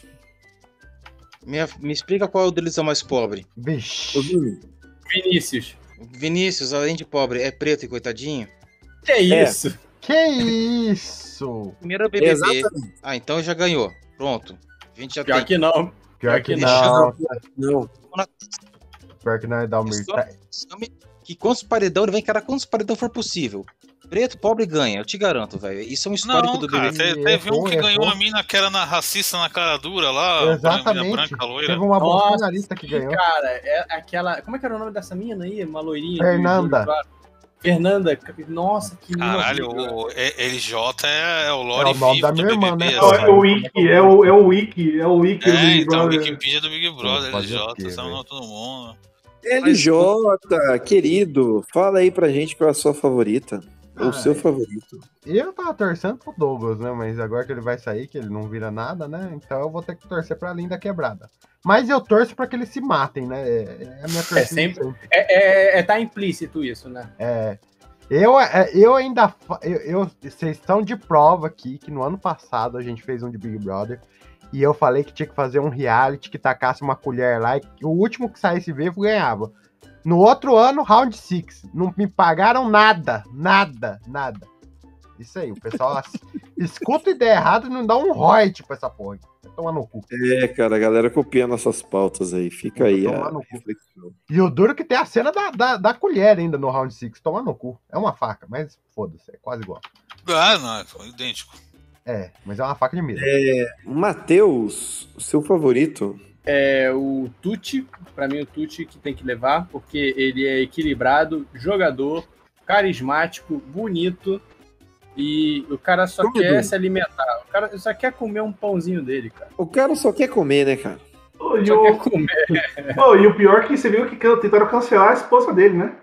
K: Me, me explica qual deles é o mais pobre.
B: O Vini.
F: Vinícius.
K: Vinícius, além de pobre, é preto e coitadinho?
F: Que é isso?
D: Que isso?
K: Primeiro é BBB.
B: Exatamente.
K: Ah, então já ganhou. Pronto. A gente já
F: Pior
K: tem.
F: que não.
D: Pior que não.
K: Deixando-
B: Não.
D: Pior que não é Dalmir.
K: Só-
D: Tá-
K: só me- Que quantos paredão ele vai encarar quantos paredão for possível. Preto, pobre ganha, eu te garanto, velho. Isso é um histórico
E: Não,
K: do
E: cara,
K: BBB.
E: te- teve um que ganhou a mina que era na racista na cara dura lá, é uma mina
D: Exatamente.
E: branca loira.
D: Teve uma
F: Nossa,
D: bolsonarista que
F: Ih,
D: ganhou.
F: Cara, é aquela. Como é que era o nome dessa mina aí? Uma loirinha. que
D: Fernanda.
F: juro, claro. Fernanda. Nossa, que mina
E: Caralho,
F: horrível.
E: o E- LJ é, é o Lore
D: É o nome
E: vivo
D: da
E: do
D: minha irmã,
E: BBB,
D: né?
E: assim.
H: É o Wiki, é o, é o Wiki, é o Wiki do
E: É,
H: Big
E: então,
H: Brother.
E: Wikipedia do Big Brother,
D: Pô, fazer o quê,
E: LJ,
D: velho?
E: não todo mundo.
B: LJ, querido, fala aí pra gente qual é a sua favorita.
D: Ah,
B: o seu
D: é.
B: favorito.
D: E eu tava torcendo pro Douglas, né? Mas agora que ele vai sair, que ele não vira nada, né? Então eu vou ter que torcer pra linda quebrada. Mas eu torço pra que eles se matem, né? É, é a minha torcida.
F: sempre-
D: sempre.
F: É, é- é- tá implícito isso, né?
D: É. Eu, é, eu ainda. fa- Eu, eu- vocês estão de prova aqui que no ano passado a gente fez um de Big Brother. E eu falei que tinha que fazer um reality que tacasse uma colher lá e que o último que saísse vivo ganhava. No outro ano, round six Não me pagaram nada. Nada, nada. Isso aí, o pessoal ass- escuta ideia errada e não dá um royalty pra essa porra. Vai tomar no cu.
B: É, cara, a galera copia nossas pautas aí. Fica aí
D: Tomar
B: a
D: no cu.
B: reflexão.
D: E o duro é que tem a cena da, da, da colher ainda no round six Toma no cu. É uma faca, mas foda-se, é quase igual.
E: Ah, não, foi idêntico.
D: É, mas é uma faca de mira.
B: Matheus, o seu favorito?
F: É o Tuti, pra mim o Tuti que tem que levar, porque ele é equilibrado, jogador, carismático, bonito e o cara só
B: Tudo.
F: quer se alimentar. O cara só quer comer um pãozinho dele, cara.
B: O cara só quer comer, né, cara?
H: Ô, E
F: Só
H: o,
F: quer comer.
H: ô, e o pior é que você viu que can- tentaram cancelar a esposa dele, né?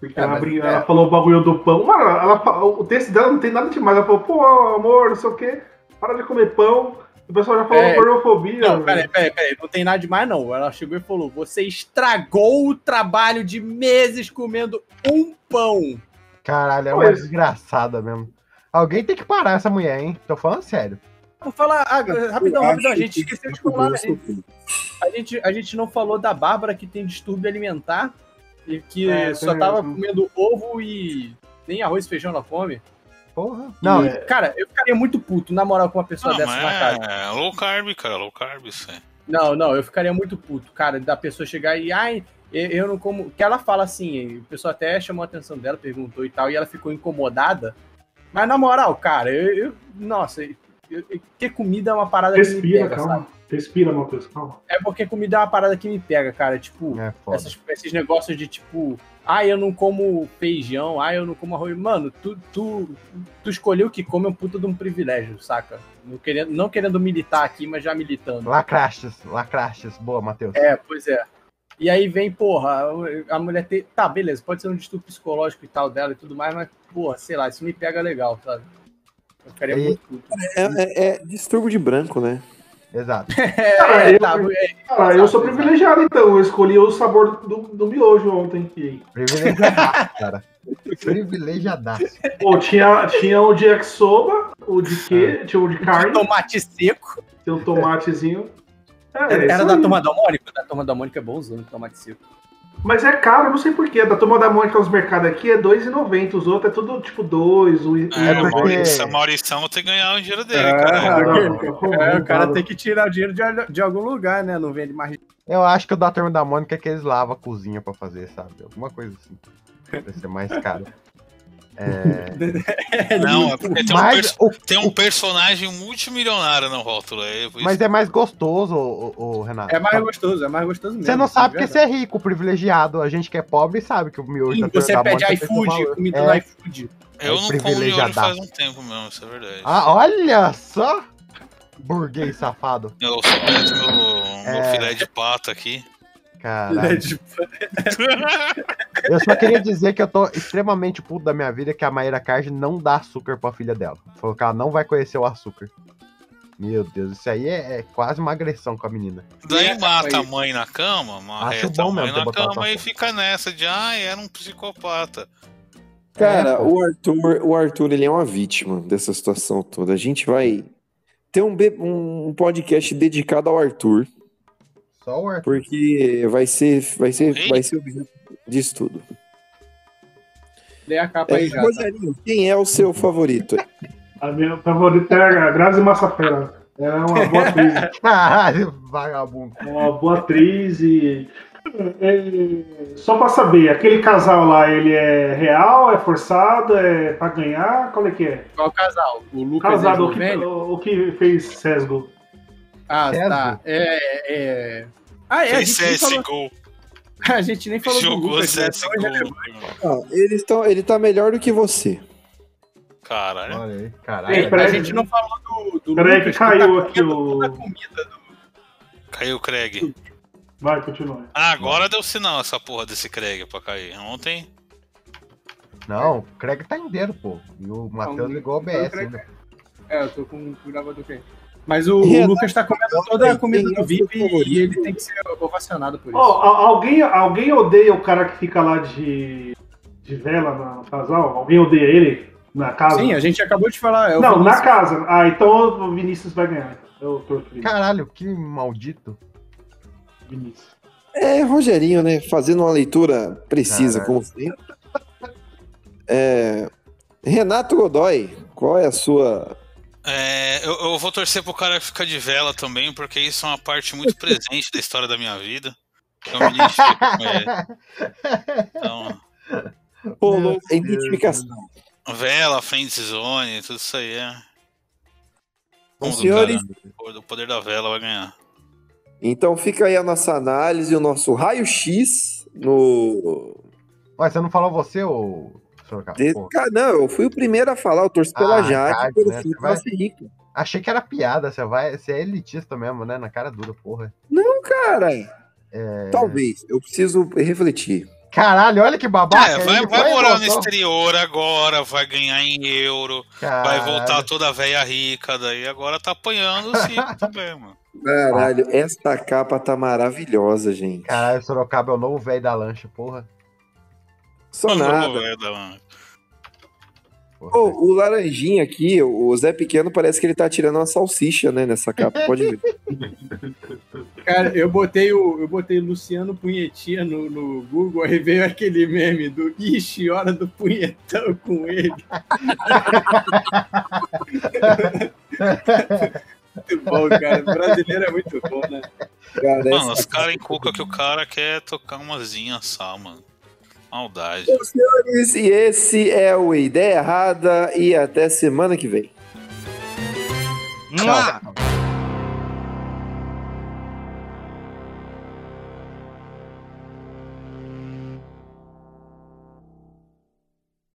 H: Porque
F: Ah,
H: ela,
F: mas-
H: abriu-
F: é.
H: ela falou o bagulho do pão. Mano, ela fa- o texto dela não tem nada demais. Ela falou, pô, amor, não sei o quê, para de comer pão. O pessoal já falou
F: É.
H: pornofobia.
F: Não,
B: né?
H: velho.
F: peraí, peraí, peraí, não tem nada demais não. Ela chegou e falou: você estragou o trabalho de meses comendo um pão.
D: Caralho, é uma
H: Pois.
D: desgraçada mesmo. Alguém tem que parar essa mulher, hein? Tô falando sério.
F: Vou falar ah, rapidão,
B: Eu
F: rapidão, a
B: acho
F: gente
B: que-
F: esqueceu de falar.
B: Eu
F: né?
B: sou fã.
F: A gente, a gente não falou da Bárbara que tem distúrbio alimentar e que
H: É,
F: só
H: tem
F: tava
H: mesmo.
F: comendo ovo e nem arroz e feijão ela come.
D: Porra. Não,
F: E, Cara, eu ficaria muito puto, na moral, com uma pessoa
E: é- Não,
F: dessa na cara.
E: mas é low carb, cara, low carb isso aí.
F: Não, não, eu ficaria muito puto, cara, da pessoa chegar e, ai, eu- eu não como. Que ela fala assim, o pessoal até chamou a atenção dela, perguntou e tal, e ela ficou incomodada. Mas na moral, cara, eu. eu- nossa, eu- eu- ter comida é uma parada que me
H: Respira,
F: pega,
H: calma.
F: sabe?
H: Respira, Matheus, calma.
F: É porque comida é uma parada que me pega, cara.
H: É
F: Tipo,
D: é
F: essas- esses negócios de tipo, ah, eu não como feijão, ah, eu não como arroz. Mano, tu, tu, tu escolheu o que come é um puta de um privilégio, saca? Não querendo, não querendo militar aqui, mas já militando.
D: Lacrastes, lacrastes. Boa, Matheus.
F: É, pois é. E aí vem, porra, a mulher tem. Tá, beleza, pode ser um distúrbio psicológico e tal dela e tudo mais, mas, porra, sei lá, isso me pega legal, sabe? Eu ficaria
B: E-
F: muito puto.
B: É, é, é distúrbio de branco, né?
D: Exato.
H: Cara,
F: é,
H: eu,
F: tá, é,
H: cara, Ah, eu sou privilegiado, então. Eu escolhi o sabor do, do miojo ontem. E aí?
D: Privilegiadaço, cara. Privilegiadaço.
H: Pô, tinha, tinha o de yakisoba, o de quê? Tinha o de carne.
F: Ah. Tomate seco.
H: Tinha um tomatezinho. É, é
F: Era
H: isso
F: da
H: aí.
F: turma da Mônica? Da turma da Mônica é bonzão, tomate seco.
H: Mas é caro, não sei porquê. Da turma da Mônica nos mercados aqui é 2,90. Os outros é tudo tipo 2. O...
E: É,
H: o-
E: o Maurição, o Maurição tem que ganhar o dinheiro dele,
F: Ah,
E: cara.
F: ok. É, o cara tem que tirar o dinheiro de, de algum lugar, né? Não vende mais.
D: Eu acho que o da turma da Mônica é que eles lavam a cozinha pra fazer, sabe? Alguma coisa assim. Pra ser mais caro. É...
E: Não, é porque tem um,
D: Mas
E: perso-
D: o-
E: tem um personagem multimilionário no rótulo. É, por isso.
D: Mas é mais gostoso, ô, ô, ô, Renato.
F: É mais gostoso, é mais gostoso mesmo.
D: Você não sabe porque você
F: verdade.
D: é rico, privilegiado. A gente que é pobre sabe que o miojo da
F: Você
D: turma da
F: pede
D: Mônica tem um
F: iFood,
D: valor.
F: comida
D: É.
F: no iFood.
E: eu não como miojo
D: privilegiadaço.
E: faz um tempo mesmo, isso é verdade.
D: Ah, olha só! Burguês safado.
E: Eu só peço meu, meu
D: É.
E: filé de pato aqui.
D: Caralho.
F: Tipo,
D: Eu só queria dizer que eu tô extremamente puto da minha vida que a Maíra Card não dá açúcar pra filha dela. Falou que ela não vai conhecer o açúcar. Meu Deus, isso aí é, é quase uma agressão com a menina.
E: Daí mata a mãe na cama, marreta
D: bom
E: a mãe
D: mesmo ter
E: na
D: botado
E: cama
D: pra
E: e fica nessa de, ai, era um psicopata.
B: Cara, o Arthur, o Arthur, ele é uma vítima dessa situação toda. A gente vai ter um, be- um podcast dedicado ao Arthur,
D: Só o Arthur.
B: porque vai ser, vai ser, vai ser objeto disso tudo.
F: Lê a capa aí
B: É,
F: já.
B: Rogerinho, quem é o seu favorito?
H: A minha favorita é a Grazi Massafera. Ela é uma boa atriz.
D: Caralho, vagabundo.
H: É uma boa atriz e. é- Só pra saber, aquele casal lá, ele é real, é forçado, é pra ganhar? Qual é que é?
F: Qual casal? O Lucas
H: Casado,
F: e
H: o
F: o
H: que,
F: velho?
H: o, o que fez Sesgo?
F: Ah,
H: César?
F: tá. É, é... Ah, é, a
E: Fez
F: gente, nem falou,
E: CSGO.
F: a gente nem falou do
E: Jogou tipo,
F: Lucas, né? Então,
E: CSGO.
B: Ah, eles tão, ele tá melhor do que você.
E: Caralho.
D: Olha aí,
H: Ei,
D: caralho.
H: peraí.
F: a gente não falou do, do
H: Peraí que
F: Lucas, tá
H: caiu aqui
F: comendo
H: o.
F: toda a comida do-
E: Caiu o Craig.
H: Vai, continua.
E: Ah, agora deu sinal essa porra desse Craig pra cair. Ontem.
D: Não, o Craig tá inteiro, pô. E o Matheus
F: Não,
D: ligou o
F: não,
D: BS
F: Craig-
D: ainda.
F: É, eu tô com o gravador aqui. Mas o, o
B: Renato,
F: Lucas tá comendo toda a comida
B: quem é
F: do
B: o
F: VIP
B: seu favorito?
F: e ele tem que ser ovacionado por isso.
H: Ó, a- alguém, alguém odeia o cara que fica lá de, de vela na- no casal? Alguém odeia ele na casa?
F: Sim, a gente acabou de falar. é o
H: Não, na
F: Vinícius.
H: casa. Ah, então o Vinícius vai ganhar. Eu tô feliz.
D: Caralho, que maldito.
H: Vinícius.
B: É, Rogerinho, né? Fazendo uma leitura precisa,
D: Caralho.
B: como sempre. É, Renato Godoy, qual é a sua.
E: É, eu, eu vou torcer pro cara ficar de vela também, porque isso é uma parte muito presente da história da minha vida. É um Eu me identifico com ele. Então,
B: Pô, né, identificação?
E: vela, friend zone, tudo isso aí é.
B: Bom, senhores,
E: O poder da vela vai ganhar.
B: Então fica aí a nossa análise, o nosso raio-x no.
D: Ué, você não falou você, ô Sorocaba?
B: de-
D: Pô,
B: Cara, não, eu fui o primeiro a falar, eu torço pela
D: Ah,
B: Jade,
D: Jade,
B: pelo
D: né?
B: fim
D: Você vai-
B: vai ser rico.
D: Achei que era piada, você vai. Você é elitista mesmo, né? Na cara dura, porra.
B: Não, cara,
D: É...
B: talvez, eu preciso refletir.
D: Caralho, olha que babaca.
E: É, vai, vai morar no exterior agora, vai ganhar em euro, vai voltar toda velha rica, daí agora tá apanhando sim, também, mano.
B: Caralho, esta capa tá maravilhosa, gente.
D: Caralho, Sorocaba é o novo velho da lancha, porra.
B: Só nada.
E: Nada.
B: Pô, o laranjinha aqui, o Zé Pequeno, parece que ele tá tirando uma salsicha, né, nessa capa, pode ver.
F: Cara, eu botei o eu botei Luciano Punhetinha no, no Google aí veio aquele meme do Ixi, hora do punhetão com ele. muito bom, cara. Brasileiro é muito bom, né?
B: Cara,
E: Mano, os
B: essa
E: caras encucam que o cara quer tocar uma zinha só, mano. Maldade.
B: Senhores, e esse é o Ideia Errada e até semana que vem.
D: Tchau.